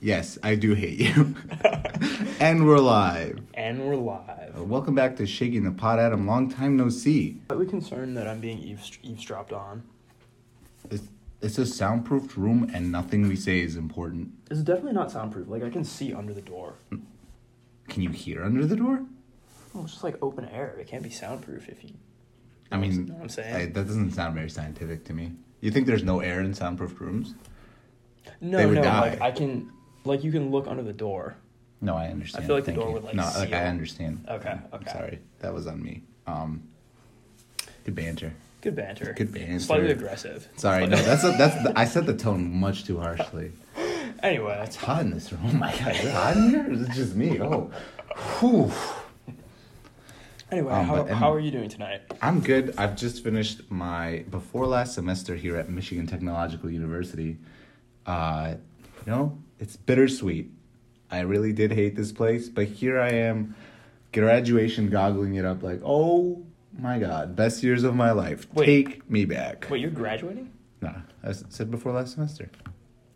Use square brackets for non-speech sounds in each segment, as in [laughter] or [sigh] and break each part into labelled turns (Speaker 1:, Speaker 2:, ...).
Speaker 1: Yes, I do hate
Speaker 2: [laughs]
Speaker 1: you. and we're live.
Speaker 2: And we're live.
Speaker 1: Uh, Welcome back to Shaking the Pot, Adam. Long time no see.
Speaker 2: Are we concerned that I'm being eavesd- eavesdropped on?
Speaker 1: It's, it's a soundproofed room, and nothing we say is important.
Speaker 2: It's definitely not soundproof. Like, I can see under the door.
Speaker 1: Can you hear under the door? Hmm.
Speaker 2: Well, it's just like open air. It can't be soundproof if you.
Speaker 1: I mean,
Speaker 2: Know what I'm saying?
Speaker 1: I- that doesn't sound very scientific to me. You think there's no air in soundproofed rooms?
Speaker 2: No,
Speaker 1: They would
Speaker 2: no.
Speaker 1: die.
Speaker 2: Like, I can. Like, you can look under the door.
Speaker 1: No, I understand.
Speaker 2: I feel like the
Speaker 1: Thank
Speaker 2: door
Speaker 1: you.
Speaker 2: would, like,
Speaker 1: No, like I
Speaker 2: seal.
Speaker 1: understand.
Speaker 2: Okay,
Speaker 1: I'm- I'm
Speaker 2: okay.
Speaker 1: sorry, that was on me. Um, good banter.
Speaker 2: Good banter.
Speaker 1: Good banter.
Speaker 2: Slightly aggressive.
Speaker 1: Sorry, no,
Speaker 2: Slightly-
Speaker 1: that's a, that's
Speaker 2: [laughs]
Speaker 1: the, I set the tone much too harshly.
Speaker 2: anyway,
Speaker 1: It's hot in this room. Oh [laughs] my god, is it hot in here? Or is it just me? Oh, Whew.
Speaker 2: anyway,
Speaker 1: Um,
Speaker 2: how,
Speaker 1: but any-
Speaker 2: how are you doing tonight?
Speaker 1: I'm good. I've just finished my before last semester here at Michigan Technological University. Uh, you know, it's bittersweet. I really did hate this place, but here I am, graduation, goggling it up like, oh my god, best years of my life.
Speaker 2: Wait.
Speaker 1: Take me back.
Speaker 2: Wait, you're graduating?
Speaker 1: Nah, I s- said before last semester.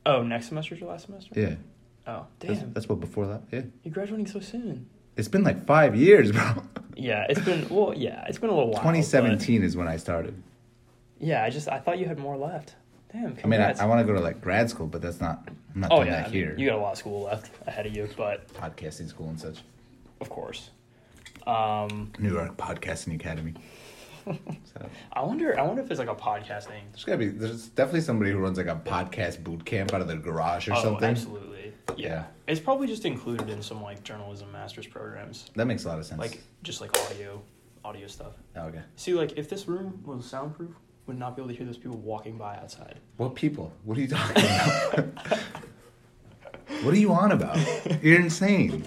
Speaker 2: Oh, next semester's your last semester?
Speaker 1: Yeah,
Speaker 2: Oh, damn.
Speaker 1: that's, that's what before that. Yeah,
Speaker 2: You're graduating so soon.
Speaker 1: it's been like five years, bro.
Speaker 2: Yeah, it's been. Well, yeah, it's been a little while. but-
Speaker 1: 2017 is when I started.
Speaker 2: Yeah, I just. I thought you had more left. Damn.
Speaker 1: I mean, I,
Speaker 2: congrats.
Speaker 1: I want to go to like grad school, but that's not. I'm not
Speaker 2: Oh
Speaker 1: doing
Speaker 2: yeah,
Speaker 1: that
Speaker 2: I mean,
Speaker 1: here.
Speaker 2: you got a lot of school left ahead of you, but
Speaker 1: podcasting school and such.
Speaker 2: of course. Um,
Speaker 1: New York Podcasting Academy. [laughs] so
Speaker 2: I wonder. I wonder if there's like a podcasting.
Speaker 1: there's gotta be. There's definitely somebody who runs like a podcast boot camp out of their garage or
Speaker 2: oh,
Speaker 1: something.
Speaker 2: absolutely. Yeah.
Speaker 1: Yeah.
Speaker 2: it's probably just included in some like journalism master's programs,
Speaker 1: That makes a lot of sense.
Speaker 2: like just like audio, audio stuff.
Speaker 1: oh, okay.
Speaker 2: See, like if this room was soundproof, would not be able to hear those people walking by outside.
Speaker 1: What people? What are you talking about? [laughs] what are you on about? You're insane.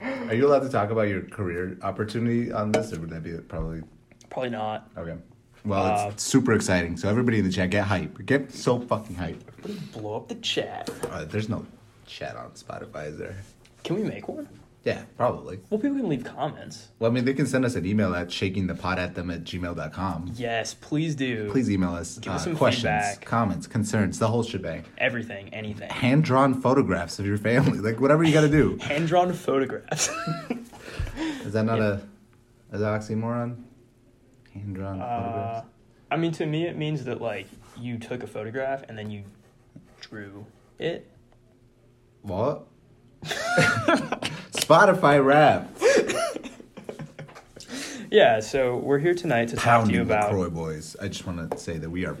Speaker 1: Are you allowed to talk about your career opportunity on this, or would that be probably
Speaker 2: Probably not.
Speaker 1: okay? Well, it's,
Speaker 2: Uh,
Speaker 1: it's super exciting. So everybody in the chat, get hype. Get so fucking hype.
Speaker 2: Blow up the chat.
Speaker 1: Uh, there's no chat on Spotify, is there?
Speaker 2: Can we make one?
Speaker 1: Yeah, probably.
Speaker 2: Well, people can leave comments.
Speaker 1: Well, I mean, they can send us an email at shakingthepot at them at gmail.com.
Speaker 2: Yes, please do.
Speaker 1: Please email us,
Speaker 2: us
Speaker 1: uh,
Speaker 2: some
Speaker 1: questions,
Speaker 2: feedback.
Speaker 1: comments, concerns, the whole shebang.
Speaker 2: everything, anything.
Speaker 1: Hand drawn photographs of your family, like whatever you got to
Speaker 2: [laughs]
Speaker 1: do.
Speaker 2: Hand drawn photographs. [laughs]
Speaker 1: Is that not a is that oxymoron? Hand drawn
Speaker 2: Uh,
Speaker 1: photographs.
Speaker 2: I mean, to me, it means that like you took a photograph and then you drew it.
Speaker 1: What? [laughs] Spotify
Speaker 2: [laughs]
Speaker 1: rap.
Speaker 2: Yeah. So we're here tonight to talk to you
Speaker 1: Pounding
Speaker 2: about.
Speaker 1: LaCroix boys. I just want to say that we are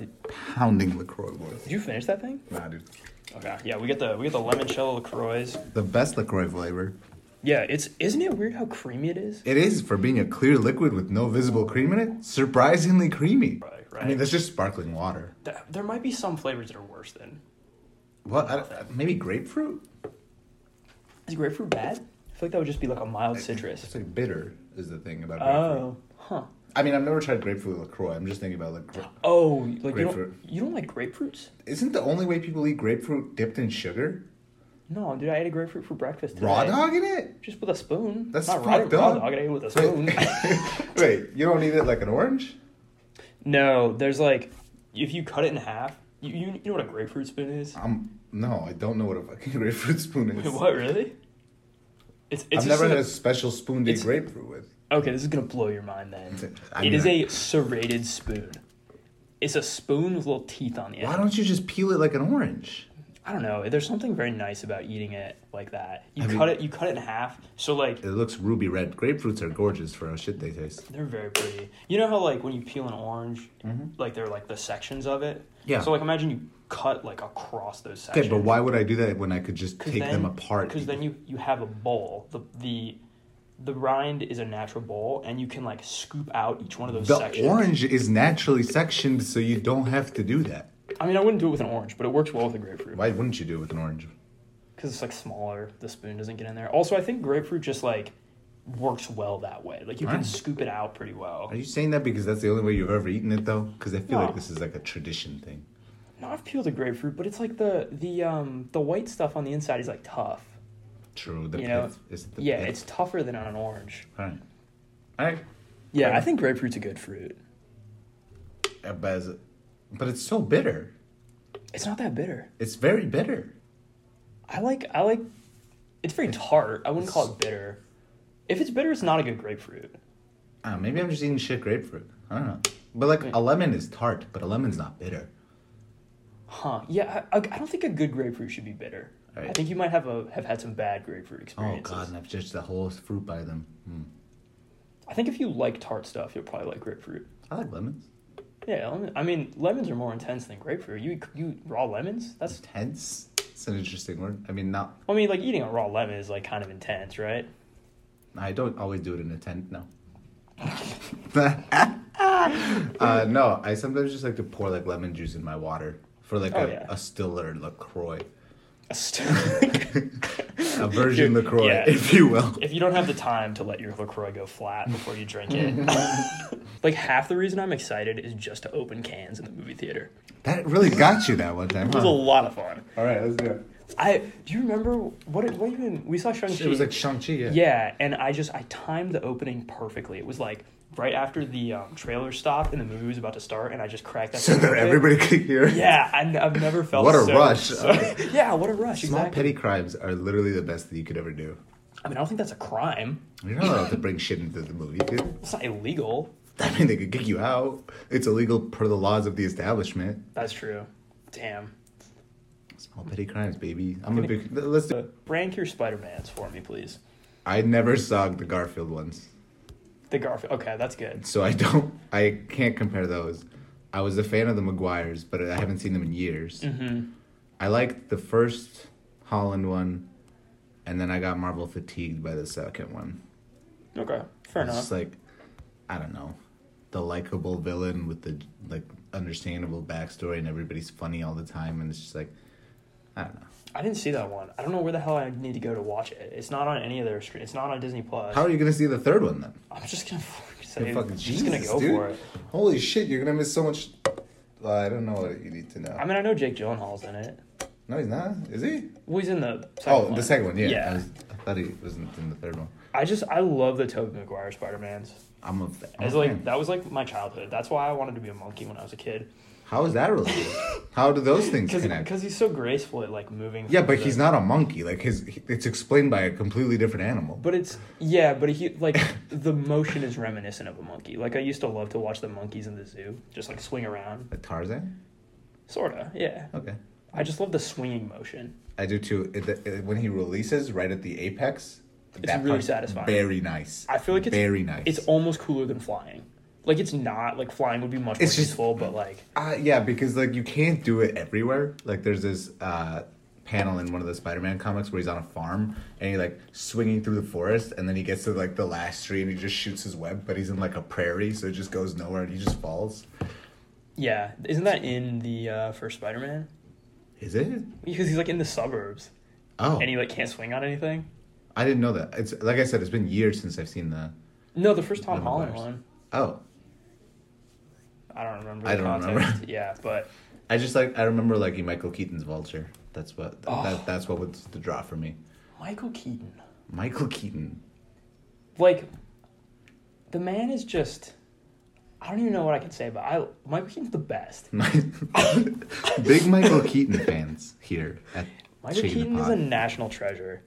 Speaker 1: pounding LaCroix boys.
Speaker 2: Did you finish that thing?
Speaker 1: Nah, dude.
Speaker 2: Okay. Yeah, we get the we get the limoncello Lacroix.
Speaker 1: The best LaCroix flavor.
Speaker 2: Yeah, it's isn't it weird how creamy it is?
Speaker 1: It is for being a clear liquid with no visible cream in it, surprisingly creamy.
Speaker 2: Right,
Speaker 1: I mean,
Speaker 2: right.
Speaker 1: that's just sparkling water.
Speaker 2: Th- there might be some flavors that are worse than.
Speaker 1: What? I don't- maybe grapefruit?
Speaker 2: Is grapefruit bad? I feel like that would just be like a mild
Speaker 1: It's
Speaker 2: citrus.
Speaker 1: like bitter is the thing about grapefruit.
Speaker 2: Oh, huh.
Speaker 1: I mean, I've never tried grapefruit LaCroix. I'm just thinking about like, gra-
Speaker 2: Oh, like you don't
Speaker 1: Grapefruit.
Speaker 2: you don't like grapefruits?
Speaker 1: isn't the only way people eat grapefruit dipped in sugar?
Speaker 2: No, dude, I ate a grapefruit for breakfast today.
Speaker 1: Raw dog in it?
Speaker 2: Just with a spoon.
Speaker 1: That's
Speaker 2: not
Speaker 1: fucked
Speaker 2: raw, raw
Speaker 1: up.
Speaker 2: dog. I ate it with a spoon.
Speaker 1: [laughs] Wait, you don't eat it like an orange?
Speaker 2: No, there's like if you cut it in half, you you, you know what a grapefruit spoon is?
Speaker 1: I'm no, I don't know what a fucking [laughs] grapefruit spoon is.
Speaker 2: Wait, what really? It's it's
Speaker 1: I've
Speaker 2: just
Speaker 1: never had
Speaker 2: like
Speaker 1: a special spoon to eat
Speaker 2: it's-
Speaker 1: grapefruit with.
Speaker 2: a- okay. This is gonna blow your mind then.
Speaker 1: I
Speaker 2: it
Speaker 1: mean,
Speaker 2: is
Speaker 1: I-
Speaker 2: a serrated spoon. It's a spoon with little teeth on the
Speaker 1: Why
Speaker 2: end.
Speaker 1: don't you just peel it like an orange?
Speaker 2: I don't know. There's something very nice about eating it like that. You
Speaker 1: I mean-
Speaker 2: cut it. You cut it in half. So like
Speaker 1: It looks ruby red. Grapefruits are gorgeous for how shit they taste.
Speaker 2: they're very pretty. You know how like when you peel an orange, like they're like the sections of it.
Speaker 1: Mm-hmm. Yeah.
Speaker 2: So like imagine you cut like across those sections.
Speaker 1: Okay, but why would I do that when I could just take them apart?
Speaker 2: Because then you, you have a bowl. The the the rind is a natural bowl, and you can like scoop out each one of those
Speaker 1: the
Speaker 2: sections.
Speaker 1: orange is naturally sectioned, so you don't have to do that.
Speaker 2: I mean, I wouldn't do it with an orange, but it works well with a grapefruit
Speaker 1: Why wouldn't you do it with an orange?
Speaker 2: because it's like smaller. The spoon doesn't get in there. Also, I think grapefruit just like works well that way. Like you can
Speaker 1: Right.
Speaker 2: scoop it out pretty well.
Speaker 1: Are you saying that because that's the only way you've ever eaten it, though? Because I feel
Speaker 2: No.
Speaker 1: like this is like a tradition thing.
Speaker 2: No, I've peeled a grapefruit, but it's like the the um the white stuff on the inside is like tough.
Speaker 1: True. The
Speaker 2: You know,
Speaker 1: pith- is it the
Speaker 2: yeah,
Speaker 1: pith?
Speaker 2: it's tougher than on an orange.
Speaker 1: all right. All right.
Speaker 2: Yeah, I think grapefruit's a good fruit.
Speaker 1: Uh, But, is it- but it's so bitter.
Speaker 2: It's not that bitter.
Speaker 1: It's very bitter.
Speaker 2: I like I like. It's very tart. I wouldn't call it bitter. If it's bitter, it's not a good grapefruit.
Speaker 1: I don't know, Ah, maybe I'm just eating shit grapefruit. I don't know. But like a lemon is tart, but a lemon's not bitter.
Speaker 2: Huh? Yeah, I, I I don't think a good grapefruit should be bitter. I
Speaker 1: Right.
Speaker 2: think you might have a have had some bad grapefruit
Speaker 1: Oh
Speaker 2: experiences.
Speaker 1: god, and I've judged the whole fruit by them. Hmm.
Speaker 2: I think if you like tart stuff, you'll probably like grapefruit.
Speaker 1: I like lemons.
Speaker 2: Yeah, lemon- I mean lemons are more intense than grapefruit. You you raw lemons? That's
Speaker 1: Intense. It's an interesting word. I mean, not.
Speaker 2: I mean like eating a raw lemon is like kind of intense, right?
Speaker 1: I don't always do it in a tent. No. [laughs] uh, no, I sometimes just like to pour like lemon juice in my water for like
Speaker 2: Oh,
Speaker 1: a,
Speaker 2: yeah.
Speaker 1: a still or
Speaker 2: [laughs]
Speaker 1: Lacroix,
Speaker 2: A [laughs] st-
Speaker 1: a version
Speaker 2: Dude,
Speaker 1: Lacroix,
Speaker 2: yeah.
Speaker 1: if you will.
Speaker 2: if you don't have the time to let your LaCroix go flat before you drink
Speaker 1: [laughs]
Speaker 2: it. [laughs] like half the reason I'm excited is just to open cans in the movie theater.
Speaker 1: That really got you that one time.
Speaker 2: It was a
Speaker 1: Huh?
Speaker 2: lot of fun.
Speaker 1: All right, let's do it.
Speaker 2: I do you remember what what even we saw Shang Chi?
Speaker 1: It was like Shang Chi. Yeah.
Speaker 2: Yeah, and I just I timed the opening perfectly. It was like right after the um, trailer stopped and the movie was about to start, and I just cracked
Speaker 1: [laughs]
Speaker 2: that.
Speaker 1: So that
Speaker 2: open.
Speaker 1: everybody could hear.
Speaker 2: Yeah, I, have never felt
Speaker 1: What a
Speaker 2: so-
Speaker 1: rush.
Speaker 2: so- [laughs] yeah, what a rush.
Speaker 1: Small
Speaker 2: exactly.
Speaker 1: petty crimes are literally the best that you could ever do.
Speaker 2: I mean, I don't think that's a crime.
Speaker 1: You're not allowed to bring shit into the movie. Dude.
Speaker 2: It's not illegal.
Speaker 1: [laughs] I mean, they could kick you out. It's illegal per the laws of the establishment.
Speaker 2: That's true. Damn.
Speaker 1: Small petty crimes, baby. I'm a big. Let's do.
Speaker 2: Uh, rank your Spider Mans for me, please.
Speaker 1: I never saw the Garfield ones,
Speaker 2: The Garfield. Okay, that's good.
Speaker 1: so I don't. I can't compare those. I was a fan of the Maguires, but I haven't seen them in years.
Speaker 2: Mm-hmm.
Speaker 1: I liked the first Holland one, and then I got Marvel fatigued by the second one.
Speaker 2: Okay, fair
Speaker 1: It's
Speaker 2: enough.
Speaker 1: just like, I don't know, the likable villain with the like understandable backstory, and everybody's funny all the time, and it's just like, I don't know.
Speaker 2: I didn't see that one. I don't know where the hell I need to go to watch it. It's not on any of their stream. It's not on Disney Plus.
Speaker 1: How are you gonna see the third one then?
Speaker 2: I'm just gonna [laughs] fucking say.
Speaker 1: fucking
Speaker 2: I'm just gonna
Speaker 1: Jesus,
Speaker 2: go
Speaker 1: dude.
Speaker 2: for it.
Speaker 1: Holy shit, you're gonna miss so much. Well, I don't know what you need to know.
Speaker 2: I mean, I know Jake Gyllenhaal's in it.
Speaker 1: No, he's not. Is he?
Speaker 2: Well, he's in the second
Speaker 1: Oh,
Speaker 2: one.
Speaker 1: the second one. Yeah. I,
Speaker 2: Yeah.
Speaker 1: was, I thought he wasn't in the third one.
Speaker 2: I just I love the Tobey Maguire Spider Mans.
Speaker 1: I'm a. fa- I'm
Speaker 2: It's
Speaker 1: a
Speaker 2: like
Speaker 1: fan.
Speaker 2: that was like my childhood. That's why I wanted to be a monkey when I was a kid.
Speaker 1: How is that
Speaker 2: [laughs]
Speaker 1: related? How do those things connect?
Speaker 2: Because he's so graceful at like moving.
Speaker 1: Yeah,
Speaker 2: through
Speaker 1: but
Speaker 2: the-
Speaker 1: he's not a monkey. Like his, it's explained by a completely different animal.
Speaker 2: But it's yeah, but he like the motion is reminiscent of a monkey. Like I used to love to watch the monkeys in the zoo, just like swing around,
Speaker 1: A Tarzan.
Speaker 2: sorta. Yeah,
Speaker 1: Okay.
Speaker 2: I just love the swinging motion.
Speaker 1: I do too. It, it, when he releases right at the apex,
Speaker 2: It's really
Speaker 1: part's
Speaker 2: satisfying.
Speaker 1: Very nice.
Speaker 2: I feel like it's
Speaker 1: very nice.
Speaker 2: It's almost cooler than flying. Like it's not like flying would be much more
Speaker 1: It's just-
Speaker 2: useful, but like
Speaker 1: Uh, yeah, because like you can't do it everywhere. Like there's this uh, panel in one of the Spider-Man comics where he's on a farm and he like swinging through the forest, and then he gets to like the last tree and he just shoots his web, but he's in like a prairie, so it just goes nowhere and he just falls.
Speaker 2: yeah, isn't that in the uh, first Spider Man?
Speaker 1: Is it?
Speaker 2: Because he's like in the suburbs
Speaker 1: Oh,
Speaker 2: and he like can't swing on anything.
Speaker 1: I didn't know that. It's like I said, it's been years since I've seen the.
Speaker 2: No, the first Tom
Speaker 1: The
Speaker 2: Holland
Speaker 1: Maguires.
Speaker 2: one.
Speaker 1: Oh,
Speaker 2: I don't remember. The
Speaker 1: I don't remember.
Speaker 2: context. Yeah, but
Speaker 1: I just like I remember like Michael Keaton's Vulture. That's what
Speaker 2: Oh.
Speaker 1: that, that's what was the draw for me.
Speaker 2: Michael Keaton,
Speaker 1: Michael Keaton. [laughs]
Speaker 2: like, the man is just. I don't even know what I can say, but I Michael Keaton's the
Speaker 1: Mm,
Speaker 2: best.
Speaker 1: Big Michael Keaton fans here at
Speaker 2: Michael
Speaker 1: Shade in the
Speaker 2: Keaton is
Speaker 1: Pod.
Speaker 2: a national treasure.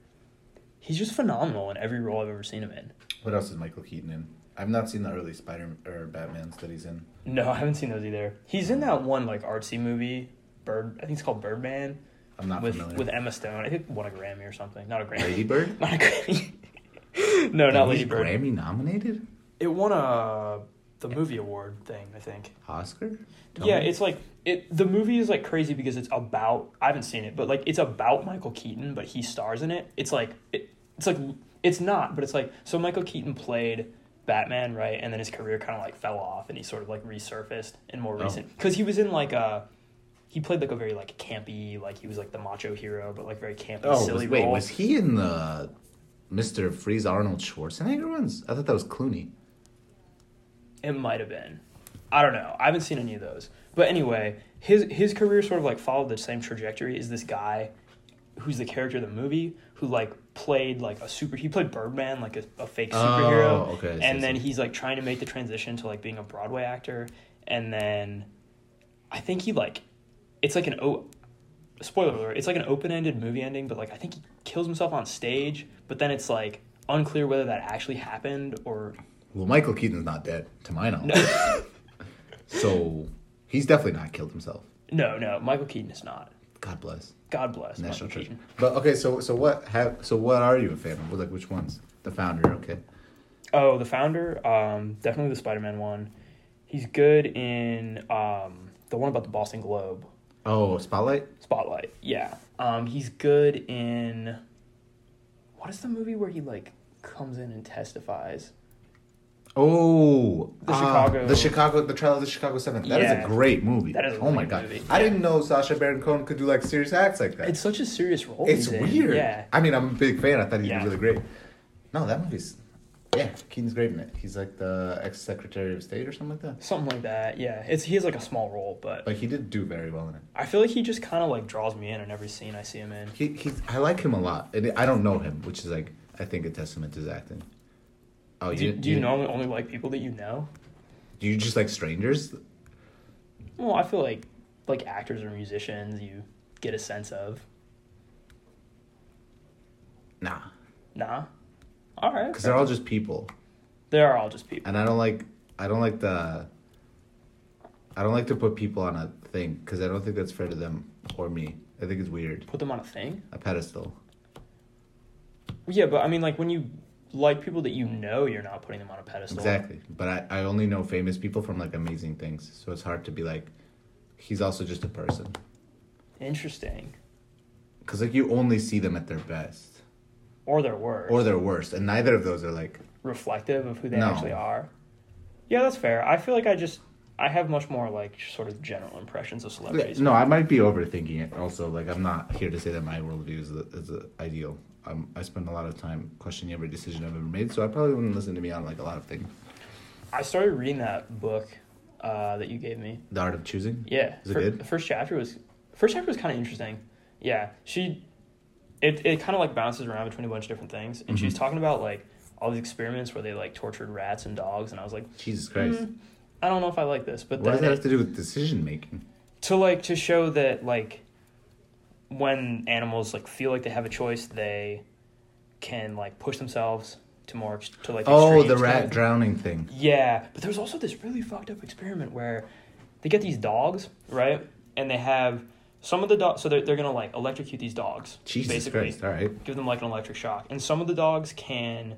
Speaker 2: He's just phenomenal in every role I've ever seen him in.
Speaker 1: What else is Michael Keaton in? I've not seen the early Spider or Batman's that he's in.
Speaker 2: No, I haven't seen those either. He's in that one like artsy movie, Bird. I think it's called Birdman
Speaker 1: I'm not
Speaker 2: with
Speaker 1: familiar. [laughs]
Speaker 2: with Emma Stone. I think it won a Grammy or something. Not a Grammy.
Speaker 1: Lady Bird?
Speaker 2: [laughs] Not a Grammy. no, not
Speaker 1: And he's
Speaker 2: Lady Bird.
Speaker 1: Grammy nominated?
Speaker 2: It won a the movie award thing, I think.
Speaker 1: Oscar?
Speaker 2: Yeah,
Speaker 1: Tony?
Speaker 2: it's like it. The movie is like crazy because it's about. I haven't seen it, but like it's about Michael Keaton, but he stars in it. It's like it, it's like it's not, but it's like so Michael Keaton played Batman, right? And then his career kind of like fell off, and he sort of like resurfaced in more
Speaker 1: Oh.
Speaker 2: recent because he was in like a. He played like a very like campy, like he was like the macho hero, but like very campy,
Speaker 1: Oh,
Speaker 2: silly
Speaker 1: was, wait,
Speaker 2: role.
Speaker 1: was he in the Mr. Freeze Arnold Schwarzenegger ones? I thought that was Clooney.
Speaker 2: It might have been. I don't know. I haven't seen any of those. But anyway, his his career sort of like followed the same trajectory as this guy who's the character of the movie who like played like a super he played Birdman like a, a fake
Speaker 1: Oh,
Speaker 2: superhero
Speaker 1: okay, I see, I
Speaker 2: and then
Speaker 1: see.
Speaker 2: he's like trying to make the transition to like being a Broadway actor and then I think he like it's like an oh spoiler alert, it's like an open ended movie ending, but like I think he kills himself on stage, but then it's like unclear whether that actually happened or
Speaker 1: Well, Michael Keaton's not dead, to my knowledge. [laughs] so he's definitely not killed himself.
Speaker 2: no, no, Michael Keaton is not.
Speaker 1: God bless
Speaker 2: God bless
Speaker 1: National
Speaker 2: Michael
Speaker 1: Treasure.
Speaker 2: Keaton.
Speaker 1: But okay, so so what have so what are you a fan of? Like which ones? The founder, okay.
Speaker 2: Oh, the founder, um, definitely the Spider Man one. He's good in um, the one about the Boston Globe.
Speaker 1: Oh, Spotlight.
Speaker 2: Spotlight. Yeah. Um, he's good in. What is the movie where he like comes in and testifies?
Speaker 1: Oh,
Speaker 2: The
Speaker 1: ah,
Speaker 2: Chicago-
Speaker 1: the Chicago, the trial of the Chicago Seven. That is
Speaker 2: Yeah.
Speaker 1: a great movie.
Speaker 2: That is a
Speaker 1: oh my
Speaker 2: really good
Speaker 1: god,
Speaker 2: movie.
Speaker 1: I didn't know Sasha Baron Cohen could do like serious acts like that.
Speaker 2: It's
Speaker 1: It's,
Speaker 2: such a serious role. he's in.
Speaker 1: weird.
Speaker 2: Yeah.
Speaker 1: I mean, I'm a big fan. I thought he'd
Speaker 2: Yeah.
Speaker 1: be really great. No, that movie's yeah, Keaton's great in it. He's like the ex Secretary of State or something like that.
Speaker 2: Something like that. Yeah. It's he has like a small role, but
Speaker 1: But he did do very well in it.
Speaker 2: I feel like he just kind of like draws me in in every scene I see him in.
Speaker 1: He, he's I like him a lot. And I don't know him, which is like I think a testament to his acting. Oh,
Speaker 2: Do, do you normally only like people that you know?
Speaker 1: Do you just like strangers?
Speaker 2: Well, I feel like like actors or musicians you get a sense of.
Speaker 1: Nah,
Speaker 2: Nah. All right.
Speaker 1: because they're all just people.
Speaker 2: They are all just people.
Speaker 1: and I don't like I don't like the I don't like to put people on a thing because I don't think that's fair to them or me. I think it's weird.
Speaker 2: Put them on a thing.
Speaker 1: A pedestal.
Speaker 2: Yeah, but I mean, like when you like people that you know, you're not putting them on a pedestal.
Speaker 1: Exactly. But I, I only know famous people from like amazing things. So it's hard to be like he's also just a person.
Speaker 2: Interesting.
Speaker 1: Cuz like you only see them at their best
Speaker 2: Or their words.
Speaker 1: or their worst and neither of those are like
Speaker 2: reflective of who they
Speaker 1: No.
Speaker 2: actually are. Yeah, that's fair. I feel like I just I have much more like sort of general impressions of celebrities.
Speaker 1: No, I might be overthinking it also. Like I'm not here to say that my worldview is the, is the ideal. Um, I spend a lot of time questioning every decision I've ever made, so I probably wouldn't listen to me on like a lot of things.
Speaker 2: I started reading that book uh, that you gave me.
Speaker 1: The art of choosing.
Speaker 2: Yeah,
Speaker 1: Is it
Speaker 2: fir-
Speaker 1: good?
Speaker 2: The first chapter was first chapter was kind of interesting. Yeah, she it it kind of like bounces around between a bunch of different things, and
Speaker 1: Mm-hmm.
Speaker 2: she's talking about like all these experiments where they like tortured rats and dogs, and I was like,
Speaker 1: Jesus Christ.
Speaker 2: "Hmm, I don't know if I like this, but
Speaker 1: What does that
Speaker 2: then it-
Speaker 1: have to do with decision making?
Speaker 2: to like to show that like when animals like feel like they have a choice they can like push themselves to more ex- to like
Speaker 1: Oh,
Speaker 2: extremes
Speaker 1: the
Speaker 2: to,
Speaker 1: rat
Speaker 2: like-
Speaker 1: drowning thing.
Speaker 2: yeah but there's also this really fucked up experiment where they get these dogs right and they have some of the dogs so they're, they're gonna like electrocute these dogs
Speaker 1: Jesus
Speaker 2: basically
Speaker 1: Christ. All right.
Speaker 2: give them like an electric shock and some of the dogs can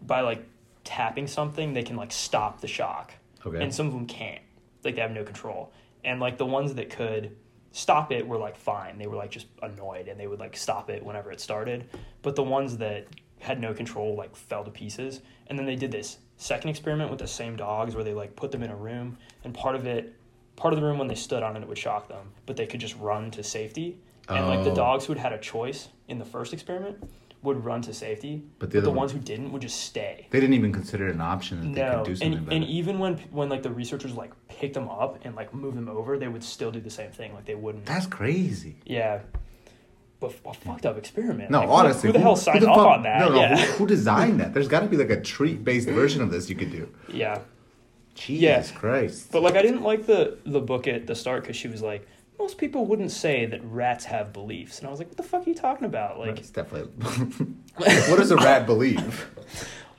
Speaker 2: by like tapping something they can like stop the shock
Speaker 1: Okay.
Speaker 2: and some of them can't. Like they have no control. And like the ones that could stop it were like fine. They were like just annoyed and they would like stop it whenever it started. But the ones that had no control like fell to pieces. And then they did this second experiment with the same dogs where they like put them in a room and part of it part of the room when they stood on it it would shock them, but they could just run to safety. And like the
Speaker 1: Oh.
Speaker 2: dogs who had had a choice in the first experiment would run to safety,
Speaker 1: But the
Speaker 2: but
Speaker 1: other
Speaker 2: the
Speaker 1: one-
Speaker 2: ones who didn't would just stay
Speaker 1: they didn't even consider it an option that they
Speaker 2: no
Speaker 1: could do something
Speaker 2: and,
Speaker 1: about
Speaker 2: and e
Speaker 1: it.
Speaker 2: even when when like the researchers like picked them up and like moved them over they would still do the same thing like they wouldn't
Speaker 1: That's crazy.
Speaker 2: yeah but f- a fucked up experiment
Speaker 1: No,
Speaker 2: Like, who-
Speaker 1: honestly.
Speaker 2: who the hell signed
Speaker 1: the
Speaker 2: off
Speaker 1: fuck-
Speaker 2: on that
Speaker 1: No, no.
Speaker 2: yeah
Speaker 1: Who, who designed that? There's got to be like a treat based version of this you could do.
Speaker 2: [laughs] yeah
Speaker 1: Jesus Christ.
Speaker 2: but like i didn't like the the book at the start because she was like most people wouldn't say that rats have beliefs and i was like what the fuck are you talking about like
Speaker 1: it's definitely.
Speaker 2: [laughs]
Speaker 1: what does a rat believe?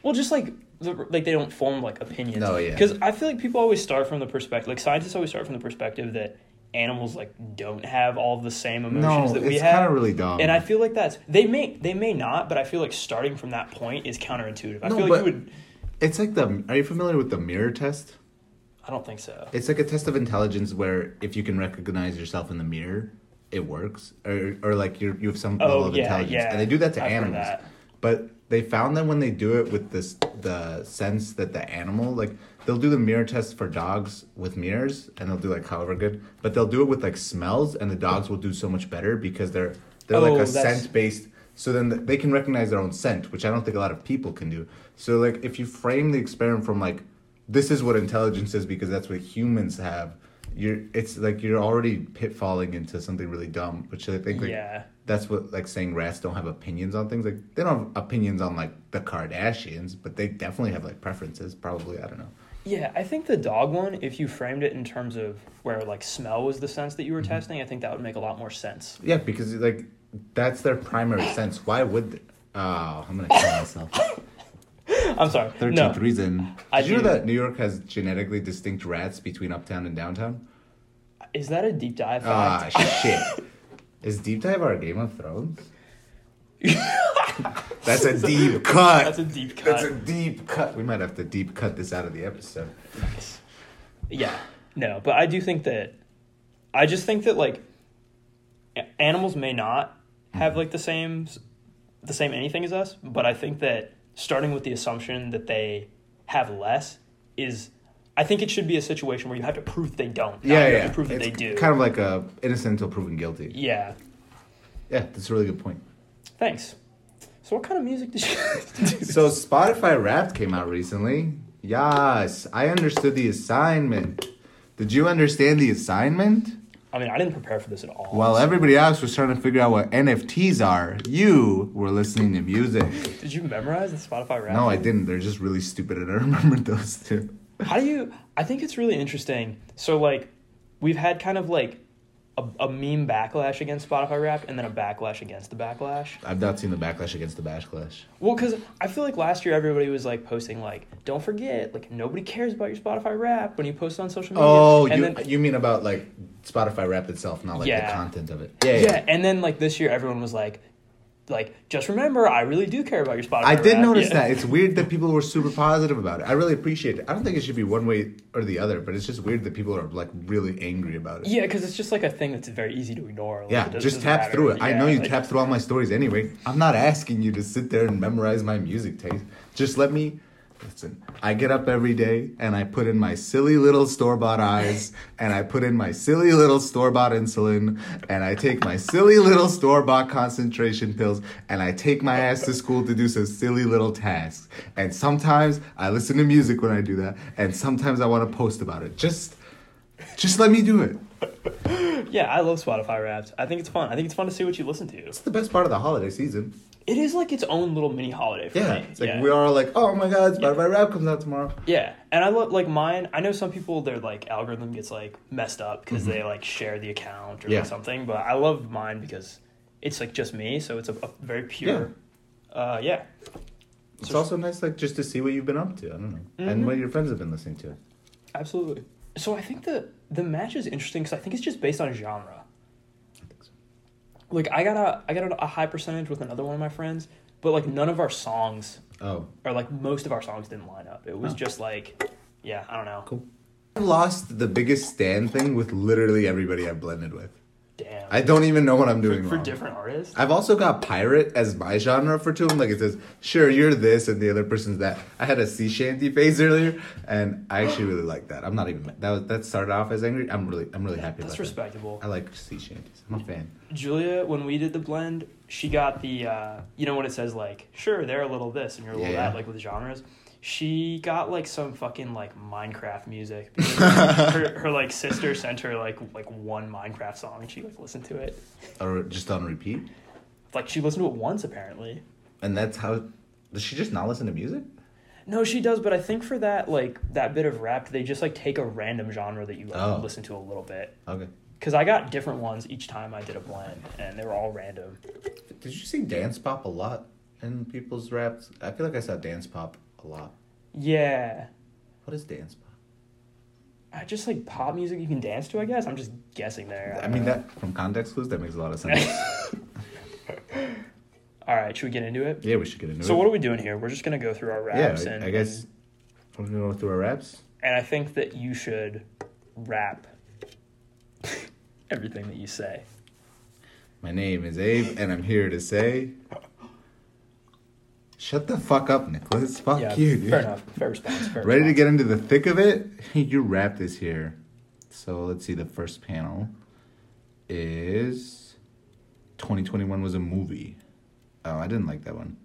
Speaker 2: Well, just like the, like they don't form like opinions.
Speaker 1: No, yeah.
Speaker 2: Because I feel like people always start from the perspective, like scientists always start from the perspective that animals like don't have all the same [laughs] emotions
Speaker 1: No,
Speaker 2: that we
Speaker 1: it's
Speaker 2: have.
Speaker 1: kinda really dumb.
Speaker 2: And I feel like that's they may they may not, but I feel like starting from that point is counterintuitive. I
Speaker 1: No,
Speaker 2: feel like
Speaker 1: but-
Speaker 2: you would.
Speaker 1: It's like the. Are you familiar with the mirror test?
Speaker 2: I don't think so.
Speaker 1: It's like a test of intelligence where if you can recognize yourself in the mirror, it works, or or like you you have some
Speaker 2: Oh,
Speaker 1: level of
Speaker 2: yeah,
Speaker 1: intelligence,
Speaker 2: yeah.
Speaker 1: and they do that to
Speaker 2: I've heard
Speaker 1: animals.
Speaker 2: that.
Speaker 1: But they found that when they do it with this the sense that the animal like they'll do the mirror test for dogs with mirrors, and they'll do like however good, but they'll do it with like smells, and the dogs will do so much better because they're they're
Speaker 2: Oh,
Speaker 1: like a
Speaker 2: that's-
Speaker 1: scent based so then th- they can recognize their own scent which i don't think a lot of people can do so like if you frame the experiment from like this is what intelligence is because that's what humans have you're it's like you're already pitfalling into something really dumb which i think like
Speaker 2: Yeah.
Speaker 1: that's what like saying rats don't have opinions on things like they don't have opinions on like the kardashians but they definitely have like preferences probably i don't know
Speaker 2: Yeah, I think the dog one, if you framed it in terms of where like smell was the sense that you were
Speaker 1: Mm-hmm.
Speaker 2: testing, I think that would make a lot more sense.
Speaker 1: Yeah, because like that's their primary sense. Why would? th- oh, I'm gonna kill myself.
Speaker 2: [laughs] I'm sorry.
Speaker 1: Thirteenth
Speaker 2: no.
Speaker 1: reason.
Speaker 2: I
Speaker 1: Did you know
Speaker 2: do-
Speaker 1: that New York has genetically distinct rats between uptown and
Speaker 2: [laughs]
Speaker 1: downtown?
Speaker 2: Is that a deep dive
Speaker 1: Ah,
Speaker 2: fact?
Speaker 1: shit. Is deep dive our Game of
Speaker 2: [laughs]
Speaker 1: Thrones? That's a deep cut.
Speaker 2: That's a deep cut.
Speaker 1: That's a deep cut. We might have to deep cut this out of the episode.
Speaker 2: Nice. Yeah. No, but I do think that I just think that like a- animals may not have like the same s- the same anything as us, but I think that starting with the assumption that they have less is I think it should be a situation where you have to prove that they don't. not
Speaker 1: Yeah,
Speaker 2: you
Speaker 1: yeah.
Speaker 2: have to prove that
Speaker 1: it's
Speaker 2: they do.
Speaker 1: Kind of like a innocent until proven guilty.
Speaker 2: yeah.
Speaker 1: Yeah, that's a really good point.
Speaker 2: Thanks. So what kind of music did you [laughs]
Speaker 1: So Spotify Wrapped came out recently. Yes, I understood the assignment. Did you understand the assignment?
Speaker 2: I mean, I didn't prepare for this at all.
Speaker 1: While everybody else was trying to figure out what NFTs are, you were listening to music.
Speaker 2: did you memorize the Spotify rap?
Speaker 1: No, I didn't. They're just really stupid, and I [laughs] remember those two.
Speaker 2: How do you? I think it's really interesting. So like, we've had kind of like a, a meme backlash against Spotify Wrapped, and then a backlash against the backlash.
Speaker 1: I've not seen the backlash against the backlash.
Speaker 2: Well, because I feel like last year everybody was like posting like, "Don't forget, like nobody cares about your Spotify Wrapped when you post it on social media."
Speaker 1: Oh,
Speaker 2: and
Speaker 1: you
Speaker 2: then,
Speaker 1: you mean about like Spotify Wrapped itself, not like
Speaker 2: Yeah.
Speaker 1: the content of it.
Speaker 2: yeah, and then like this year everyone was like, like just remember, I really do care about your Spotify.
Speaker 1: I did
Speaker 2: Wrapped."
Speaker 1: notice
Speaker 2: Yeah.
Speaker 1: that. It's weird that people were super positive about it. I really appreciate it. I don't think it should be one way or the other, but it's just weird that people are like really angry about it.
Speaker 2: Yeah, because it's just like a thing that's very easy to ignore. Like,
Speaker 1: Yeah,
Speaker 2: it doesn't-
Speaker 1: just
Speaker 2: doesn't
Speaker 1: tap
Speaker 2: matter.
Speaker 1: through it. I
Speaker 2: Yeah,
Speaker 1: know you
Speaker 2: like-
Speaker 1: tap through all my stories anyway. I'm not asking you to sit there and memorize my music taste. Just let me listen. I get up every day and I put in my silly little store bought eyes and I put in my silly little store bought insulin and I take my silly little store bought concentration pills and I take my ass to school to do some silly little tasks. And sometimes I listen to music when I do that and sometimes I want to post about it. Just just let me do it.
Speaker 2: Yeah, I love Spotify Wrapped. I think it's fun. I think it's fun to see what you listen to.
Speaker 1: It's the best part of the holiday season.
Speaker 2: It is like its own little mini holiday for
Speaker 1: Yeah,
Speaker 2: me.
Speaker 1: it's like
Speaker 2: yeah.
Speaker 1: we are like, oh my god, Spotify Rap comes out tomorrow.
Speaker 2: yeah, and I love like mine. I know some people their like algorithm gets like messed up because they like share the account or
Speaker 1: Mm-hmm. Yeah.
Speaker 2: like, something. But I love mine because it's like just me, so it's a, a very pure. Uh, yeah,
Speaker 1: It's
Speaker 2: So- Mm-hmm.
Speaker 1: also nice, like, just to see what you've been up to. I don't know, and what your friends have been listening to.
Speaker 2: absolutely. So I think the the match is interesting because I think it's just based on genre. Like I got a I got a, a high percentage with another one of my friends, but like none of our songs
Speaker 1: Oh,
Speaker 2: or like most of our songs didn't line up. It was just like, yeah, I don't know.
Speaker 1: cool. I lost the biggest stand thing with literally everybody I've blended with.
Speaker 2: Damn.
Speaker 1: I don't even know what I'm doing
Speaker 2: for
Speaker 1: wrong.
Speaker 2: different artists.
Speaker 1: I've also got pirate as my genre for two of them. Like it says, sure, you're this and the other person's that. I had a sea shanty phase earlier, and I actually really like that. I'm not even that. Was, that started off as angry. I'm really, I'm really happy
Speaker 2: That's
Speaker 1: about that.
Speaker 2: respectable.
Speaker 1: I like sea shanties. I'm a fan.
Speaker 2: Julia, when we did the blend, she got the uh, you know when it says like, sure, they're a little this and you're a little
Speaker 1: Yeah.
Speaker 2: that, like with genres. She got like some fucking like
Speaker 1: [laughs]
Speaker 2: Minecraft music. because, like, her, her like sister sent her like like one Minecraft song and she like listened to it.
Speaker 1: Or just on repeat.
Speaker 2: Like she listened to it once apparently.
Speaker 1: And that's how. Does she just not listen to music?
Speaker 2: No, she does, but I think for that like that bit of rap, they just like take a random genre that you like,
Speaker 1: Oh.
Speaker 2: listen to a little bit.
Speaker 1: Okay.
Speaker 2: Because I got different ones each time I did a blend, and they were all random.
Speaker 1: Did you see dance pop a lot in people's raps? I feel like I saw dance pop a lot.
Speaker 2: Yeah.
Speaker 1: What is dance pop?
Speaker 2: I just like pop music you can dance to, I guess. I'm just guessing there.
Speaker 1: I mean that from context clues, that makes a lot of
Speaker 2: [laughs]
Speaker 1: sense.
Speaker 2: All right, should we get into it?
Speaker 1: yeah, we should get into
Speaker 2: So
Speaker 1: it.
Speaker 2: what are we doing here? We're just gonna go through our
Speaker 1: yeah,
Speaker 2: raps,
Speaker 1: I-
Speaker 2: and
Speaker 1: I guess
Speaker 2: and,
Speaker 1: we're gonna go through our raps.
Speaker 2: I think that you should rap [laughs] everything that you say.
Speaker 1: My name is Abe, and I'm here to say. Shut the fuck up, Nicholas. Fuck
Speaker 2: yeah,
Speaker 1: you, dude.
Speaker 2: fair enough. Fair response. Fair
Speaker 1: Ready to
Speaker 2: response.
Speaker 1: get into the thick of it? [laughs] Your rap is here. So let's see. The first panel is 2021 was a movie. Oh, I didn't like that one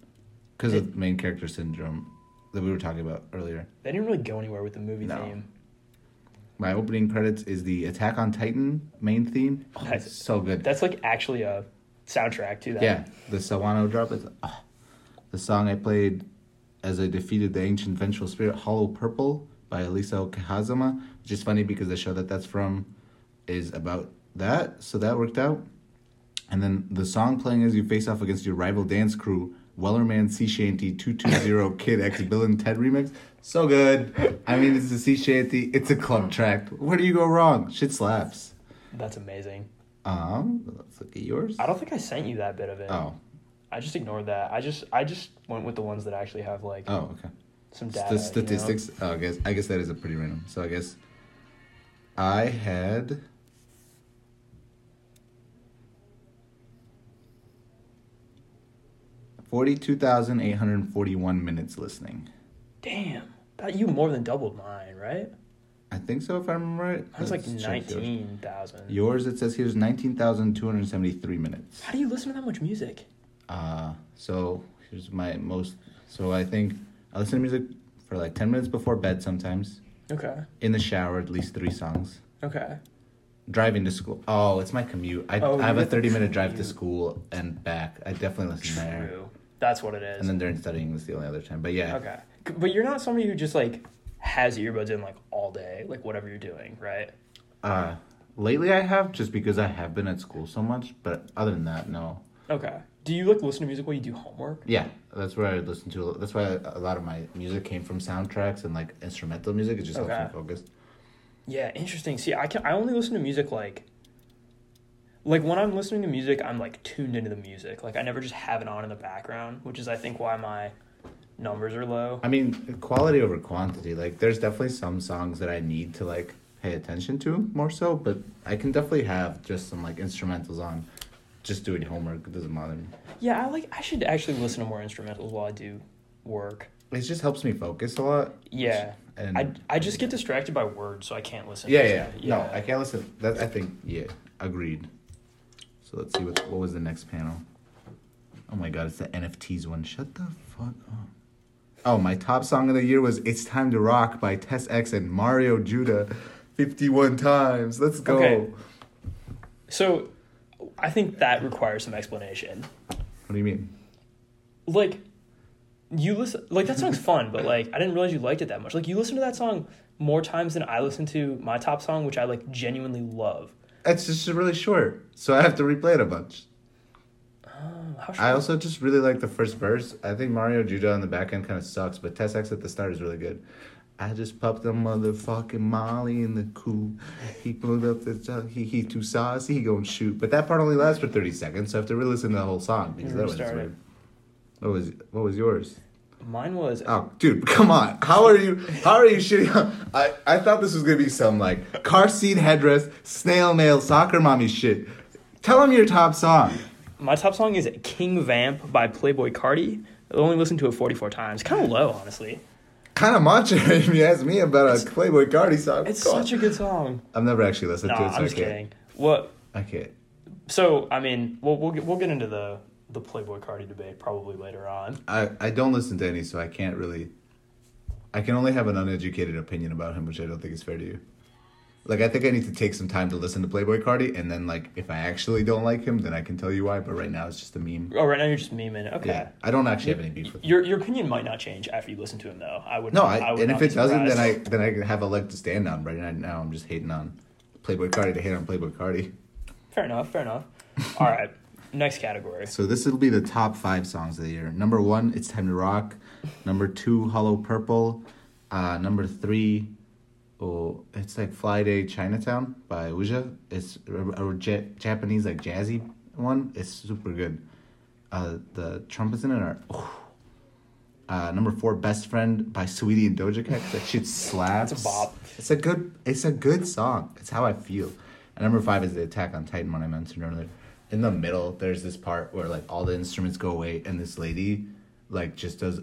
Speaker 1: because of main character syndrome that we were talking about earlier.
Speaker 2: They didn't really go anywhere with the movie
Speaker 1: No.
Speaker 2: theme.
Speaker 1: My opening credits is the Attack on Titan main theme. Oh,
Speaker 2: Nice.
Speaker 1: it's so good.
Speaker 2: That's like actually a soundtrack to that.
Speaker 1: Yeah, the Sawano drop. It's, ah. the song I played as I defeated the ancient vengeful spirit, Hollow Purple, by Elisa Okazama, which is funny because the show that that's from is about that, so that worked out. And then the song playing as you face off against your rival dance crew, Wellerman Sea Shanty
Speaker 2: [laughs]
Speaker 1: 220 Kid X Bill and Ted remix. So good. I mean, it's a sea shanty, it's a club track. Where do you go wrong? Shit slaps.
Speaker 2: That's amazing.
Speaker 1: Um, let's look at yours.
Speaker 2: I don't think I sent you that bit of it.
Speaker 1: Oh,
Speaker 2: I just ignored that. I just I just went with the ones that actually have like
Speaker 1: oh, okay.
Speaker 2: some
Speaker 1: St-
Speaker 2: data. you know?
Speaker 1: statistics. Oh, I guess I guess that is a pretty random. So I guess I had. Forty-two thousand eight hundred forty-one minutes listening.
Speaker 2: Damn, that you more than doubled mine, right?
Speaker 1: I think so, if I remember right.
Speaker 2: Mine's like
Speaker 1: Let's check yours.
Speaker 2: nineteen thousand.
Speaker 1: Yours, it says here's nineteen thousand two hundred seventy-three minutes.
Speaker 2: How do you listen to that much music?
Speaker 1: Uh, so here's my most. So I think I listen to music for like ten minutes before bed sometimes.
Speaker 2: Okay,
Speaker 1: In the shower, at least three songs.
Speaker 2: okay.
Speaker 1: Driving to school. Oh, it's my commute. I,
Speaker 2: Oh,
Speaker 1: I have
Speaker 2: you
Speaker 1: a
Speaker 2: get the
Speaker 1: thirty minute drive to
Speaker 2: commute.
Speaker 1: school and back. I definitely listen there.
Speaker 2: True. That's what it is.
Speaker 1: And then during studying is the only other time. But yeah,
Speaker 2: okay, C- but you're not somebody who just like has earbuds in like all day, like whatever you're doing, right?
Speaker 1: uh, lately I have just because I have been at school so much. But other than that, no.
Speaker 2: Okay. Do you like listen to music while you do homework?
Speaker 1: Yeah, that's where I listen to. That's why a lot of my music came from soundtracks and like instrumental music. It just
Speaker 2: Okay.
Speaker 1: helps me focus.
Speaker 2: Yeah, interesting. See, I can I only listen to music like like when I'm listening to music, I'm like tuned into the music. Like I never just have it on in the background, which is I think why my numbers are low.
Speaker 1: I mean, quality over quantity. Like, there's definitely some songs that I need to like pay attention to more so, but I can definitely have just some like instrumentals on. Just doing homework it doesn't bother me.
Speaker 2: Yeah, I like I should actually listen to more instrumentals while I do work.
Speaker 1: It just helps me focus a lot.
Speaker 2: Yeah.
Speaker 1: And
Speaker 2: I, I just get distracted by words, so I can't listen.
Speaker 1: yeah,
Speaker 2: to
Speaker 1: yeah,
Speaker 2: it.
Speaker 1: yeah. No, I can't listen. That I think yeah, agreed. So let's see what what was the next panel. Oh my god, it's the NFTs one. Shut the fuck up. Oh, my top song of the year was "It's Time to Rock" by Tess X and Mario Judah, fifty-one times. Let's go.
Speaker 2: Okay. So I think that requires some explanation.
Speaker 1: What do you mean?
Speaker 2: like you listen like that song's fun but like i didn't realize you liked it that much like you listen to that song more times than i listen to my top song which i like genuinely love
Speaker 1: It's just really short, so I have to replay it a bunch.
Speaker 2: Oh, how should
Speaker 1: I also just really like the first verse. I think Mario Judah on the back end kind of sucks, but Tess X at the start is really good. I just popped a motherfucking Molly in the coop. He pulled up the tub. He, he too saucy. He gonna shoot. But that part only lasts for thirty seconds, so I have to re-listen to the whole song because
Speaker 2: Never
Speaker 1: that was
Speaker 2: started.
Speaker 1: weird. What was what was yours?
Speaker 2: mine was
Speaker 1: Oh, dude, [laughs] come on! How are you? How are you shitting? On? I I thought this was gonna be some like car seat headdress, snail mail, soccer mommy shit. Tell him your top song.
Speaker 2: my top song is king vamp by playboy cardi i only listened to it 44 times kind of low honestly
Speaker 1: Kind of macho [laughs] if you ask me about a Playboy Cardi song.
Speaker 2: it's
Speaker 1: Go on.
Speaker 2: such a good song
Speaker 1: I've never actually listened
Speaker 2: no
Speaker 1: to it. So
Speaker 2: i'm
Speaker 1: I
Speaker 2: just
Speaker 1: can't-
Speaker 2: kidding what
Speaker 1: I can't.
Speaker 2: so i mean we'll, we'll, get, we'll get into the the playboy cardi debate probably later on
Speaker 1: I I don't listen to any, so I can't really. I can only have an uneducated opinion about him, which I don't think is fair to you. Like I think I need to take some time to listen to Playboy Cardi, and then like if I actually don't like him, then I can tell you why. But right now it's just a meme.
Speaker 2: oh right now you're just memeing it. okay
Speaker 1: Yeah, I don't actually have any beef with him.
Speaker 2: Your your opinion might not change after you listen to him though. I would
Speaker 1: No,
Speaker 2: not-
Speaker 1: I,
Speaker 2: would
Speaker 1: and
Speaker 2: not
Speaker 1: if
Speaker 2: be
Speaker 1: it doesn't, then I
Speaker 2: surprised.
Speaker 1: then I have a leg to stand on. Right now, now I'm just hating on Playboy Cardi to hate on Playboy Cardi.
Speaker 2: fair enough, fair enough. [laughs] All right, next category.
Speaker 1: So this will be the top five songs of the year. Number one, "It's Time to Rock." Number two, "Hollow Purple." Uh, number three, oh, it's like "Fly Day Chinatown" by Uja. It's a, a Ja- Japanese like jazzy one. It's super good. Uh, the trumpets in it are. oh. Uh, number four, "Best Friend" by Sweetie and Doja Cat. That shit slaps.
Speaker 2: [laughs] It's a bop.
Speaker 1: It's a good. It's a good song. It's how I feel. And number five is the Attack on Titan one I mentioned earlier. In the middle, there's this part where like all the instruments go away, and this lady, like, just does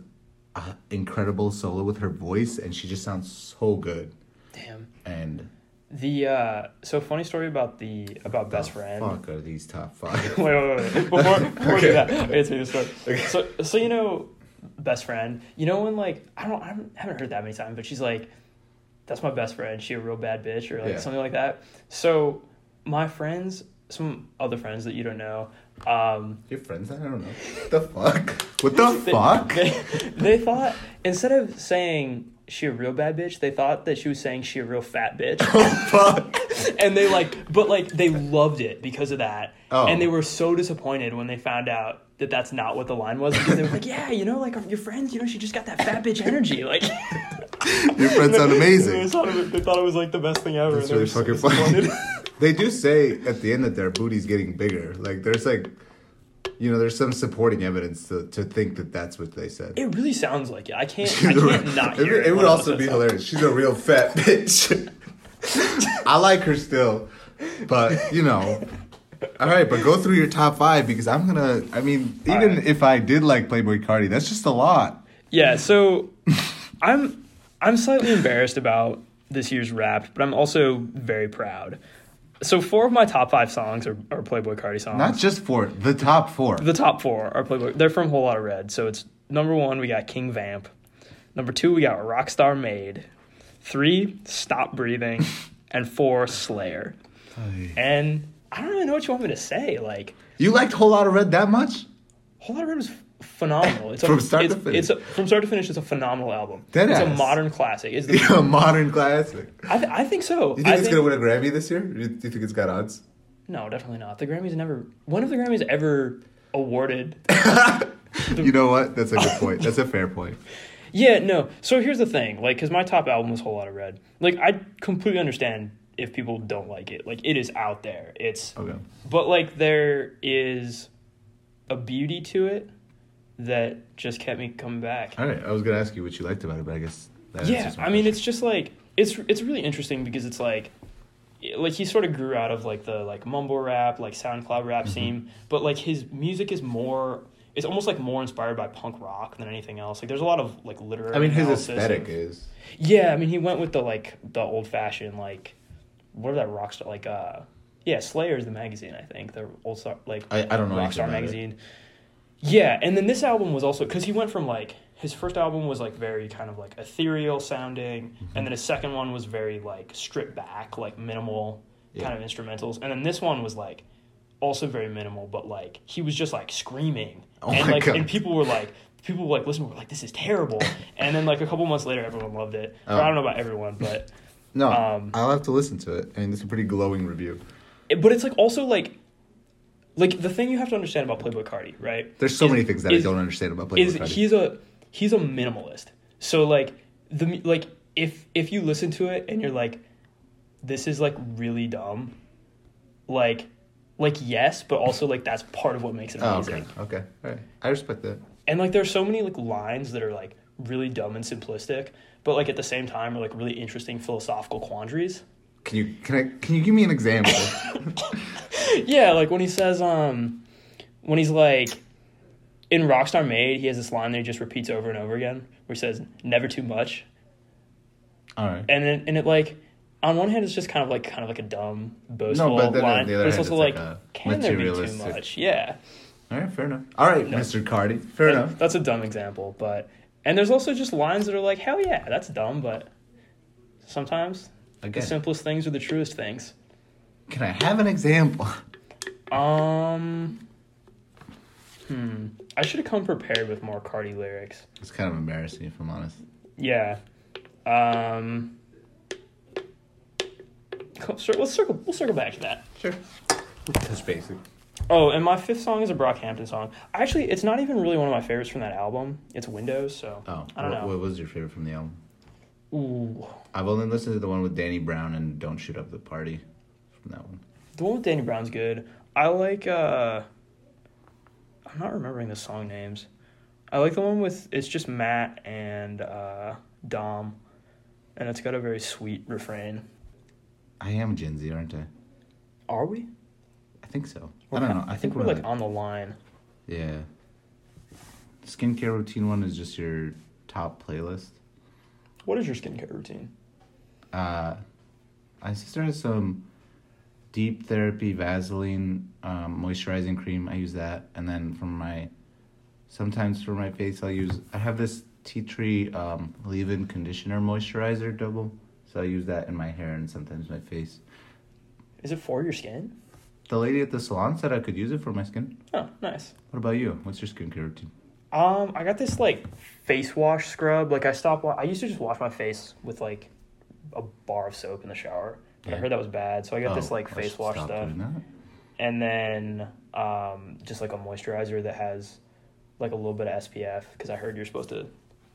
Speaker 1: an incredible solo with her voice, and she just sounds so good.
Speaker 2: Damn.
Speaker 1: And
Speaker 2: The uh, so funny story about the about best friend.
Speaker 1: fuck [laughs] are these top five?
Speaker 2: [laughs] Wait, wait, wait. wait. Before, before we
Speaker 1: Okay.
Speaker 2: do that, answer this
Speaker 1: [laughs]
Speaker 2: story. So so you know, best friend. You know when like I don't I haven't- haven't heard that many times, but she's like, that's my best friend. She a real bad bitch or like
Speaker 1: Yeah.
Speaker 2: something like that. So my friends, some other friends that you don't know. Um,
Speaker 1: Your friends? I don't know. the fuck? What the
Speaker 2: [laughs] They-
Speaker 1: fuck?
Speaker 2: They, they thought instead of saying she a real bad bitch. They thought that she was saying she a real
Speaker 1: [laughs]
Speaker 2: fat bitch.
Speaker 1: Fuck.
Speaker 2: [laughs] and they like but like they loved it because of that
Speaker 1: Oh.
Speaker 2: and they were so disappointed when they found out that that's not what the line was because they were like yeah you know like your friends you know she just got that fat bitch energy
Speaker 1: [laughs]
Speaker 2: like
Speaker 1: Your friends sound
Speaker 2: they,
Speaker 1: amazing.
Speaker 2: thought it, was- they thought it was like the best thing ever
Speaker 1: That's
Speaker 2: and they
Speaker 1: really
Speaker 2: were
Speaker 1: fucking
Speaker 2: so
Speaker 1: funny.
Speaker 2: disappointed.
Speaker 1: [laughs] they do say at the end that their booty's getting bigger. Like there's like, you know, there's some supporting evidence to, to think that that's what they said.
Speaker 2: it really sounds like it i
Speaker 1: [laughs]
Speaker 2: can't i can't not
Speaker 1: it,
Speaker 2: hear
Speaker 1: it would
Speaker 2: when I
Speaker 1: also
Speaker 2: listen to
Speaker 1: be
Speaker 2: that.
Speaker 1: hilarious. She's a real fat [laughs] bitch. I like her still, but you know. All right, but go through your top five because I'm gonna. I mean, even
Speaker 2: right.
Speaker 1: if I did like Playboy Cardi, that's just a lot.
Speaker 2: yeah so i'm i'm slightly embarrassed about this year's rap but i'm also very proud so four of my top five songs are, are playboy cardi songs
Speaker 1: Not just four, the top four.
Speaker 2: The top four are Playboy. They're from Whole Lotta Red. So it's number one, we got King Vamp. Number two, we got Rockstar Made. Three, Stop Breathing.
Speaker 1: [laughs]
Speaker 2: and four, Slayer. And I don't really know what you want me to say. Like,
Speaker 1: You liked Whole Lotta Red that much? [laughs]
Speaker 2: Whole Lotta Red is phenomenal. It's a,
Speaker 1: From start to
Speaker 2: it's-
Speaker 1: finish.
Speaker 2: It's a, from start to finish, it's a phenomenal album.
Speaker 1: Dead
Speaker 2: it's a
Speaker 1: ass.
Speaker 2: modern
Speaker 1: [laughs]
Speaker 2: classic. It's the,
Speaker 1: Yeah, modern classic. You
Speaker 2: I, th- I think so.
Speaker 1: think
Speaker 2: I
Speaker 1: it's gonna win a Grammy this year? Do you, do you think it's got
Speaker 2: [laughs]
Speaker 1: odds?
Speaker 2: No, definitely not. The Grammys never. When have the Grammys ever awarded
Speaker 1: You know what? That's a good point. That's a fair point.
Speaker 2: Yeah, no. So here's the thing, like, because my top album was Whole Lot of Red. Like, I completely understand if people don't like it. Like, it is out there. It's,
Speaker 1: Okay.
Speaker 2: but like, there is a beauty to it that just kept me coming back.
Speaker 1: All right. I was gonna ask you what you liked about it, but I guess that
Speaker 2: yeah,
Speaker 1: answers my
Speaker 2: I mean, it's just like it's it's really interesting because it's like, it- like he sort of grew out of like the like mumble rap, like SoundCloud rap
Speaker 1: Mm-hmm.
Speaker 2: scene, but like his music is more. It's almost like more inspired by punk rock than anything else. Like, there's a lot of like literary.
Speaker 1: I mean, his
Speaker 2: analysis and-
Speaker 1: aesthetic is.
Speaker 2: Yeah, I mean, he went with the like the old fashioned like, what are that rock star like? uh Yeah, Slayer is the magazine, I think. The old star like
Speaker 1: I- I don't know
Speaker 2: rock
Speaker 1: anything
Speaker 2: star
Speaker 1: about it.
Speaker 2: magazine. Yeah, and then this album was also because he went from like his first album was like very kind of like ethereal sounding, and then his second one was very like stripped back, like minimal
Speaker 1: Yeah.
Speaker 2: kind of instrumentals, and then this one was like also very minimal, but like he was just like screaming,
Speaker 1: Oh
Speaker 2: and
Speaker 1: my
Speaker 2: like
Speaker 1: God.
Speaker 2: and people were like people were like listening were like this
Speaker 1: [laughs]
Speaker 2: is terrible, and then like a couple months later everyone loved it. Or
Speaker 1: Oh.
Speaker 2: I don't know about everyone, but
Speaker 1: No,
Speaker 2: Um,
Speaker 1: I'll have to listen to it. I mean, it's a pretty glowing review.
Speaker 2: it- but it's like also like like the thing you have to understand about Playboy Cardi, right?
Speaker 1: There's so
Speaker 2: is-
Speaker 1: many things that
Speaker 2: is-
Speaker 1: I don't understand about Playboy
Speaker 2: Is
Speaker 1: Cardi.
Speaker 2: he's a he's a minimalist. So like the mu- like if if you listen to it and you're like this is like really dumb, like like yes, but also like that's part of what makes it
Speaker 1: oh,
Speaker 2: amazing.
Speaker 1: okay, okay, all right. I respect that.
Speaker 2: and like there's so many like lines that are like really dumb and simplistic but like at the same time are like really interesting philosophical quandaries
Speaker 1: Can you can I can you give me an
Speaker 2: [laughs]
Speaker 1: example?
Speaker 2: yeah like when he says um when he's like in rockstar made he has this line that he just repeats over and over again where he says never too much
Speaker 1: all right.
Speaker 2: and then and it like on one hand it's just kind of like kind of like a dumb
Speaker 1: No,
Speaker 2: boastful
Speaker 1: but then on
Speaker 2: line
Speaker 1: the other
Speaker 2: but it's
Speaker 1: hand,
Speaker 2: also
Speaker 1: it's like
Speaker 2: like,
Speaker 1: a
Speaker 2: can there be too
Speaker 1: materialistic-
Speaker 2: much yeah
Speaker 1: All right, fair enough. All right, Mr. Cardi, fair
Speaker 2: That-
Speaker 1: enough.
Speaker 2: That's a dumb example, but and there's also just lines that are like, hell yeah, that's dumb, but sometimes
Speaker 1: Again.
Speaker 2: the simplest things are the truest things.
Speaker 1: Can I have an example? [laughs]
Speaker 2: Um, hmm, I should have come prepared with more Cardi lyrics.
Speaker 1: It's kind of embarrassing if I'm honest.
Speaker 2: Yeah. Um. co- cir- Let's circle. We'll circle back to that.
Speaker 1: Sure. That's basic.
Speaker 2: Oh, and my fifth song is a Brockhampton song. Actually, it's not even really one of my favorites from that album. It's Windows, so
Speaker 1: Oh,
Speaker 2: I don't
Speaker 1: what,
Speaker 2: know.
Speaker 1: what was your favorite from the album?
Speaker 2: Ooh,
Speaker 1: I've only listened to the one with Danny Brown and "Don't Shoot Up the Party" from that one.
Speaker 2: The one with Danny Brown's good. I like uh I'm not remembering the song names. I like the one with it's just Matt and uh Dom and it's got a very sweet refrain.
Speaker 1: I am Gen Z, aren't I?
Speaker 2: Are we?
Speaker 1: I think so. I don't know. I, think,
Speaker 2: we're, like
Speaker 1: like
Speaker 2: on the line.
Speaker 1: Yeah. Skincare routine one is just your top playlist.
Speaker 2: What is your skincare routine?
Speaker 1: Uh, I started some deep therapy Vaseline um, moisturizing cream. I use that, and then for my sometimes for my face, I'll use I have this tea tree um, leave-in conditioner moisturizer double. So I use that in my hair and sometimes my face.
Speaker 2: Is it for your skin?
Speaker 1: The lady at the salon said I could use it for my skin.
Speaker 2: Oh, nice.
Speaker 1: What about you? What's your skincare routine?
Speaker 2: Um, I got this like face wash scrub. Like I stopped. Wa- I used to just wash my face with like a bar of soap in the shower. But I
Speaker 1: Yeah.
Speaker 2: heard that was bad, so I got this
Speaker 1: Oh,
Speaker 2: like
Speaker 1: I
Speaker 2: face
Speaker 1: should
Speaker 2: wash
Speaker 1: stop
Speaker 2: stuff,
Speaker 1: doing that.
Speaker 2: and then um, just like a moisturizer that has like a little bit of SPF because I heard you're supposed to do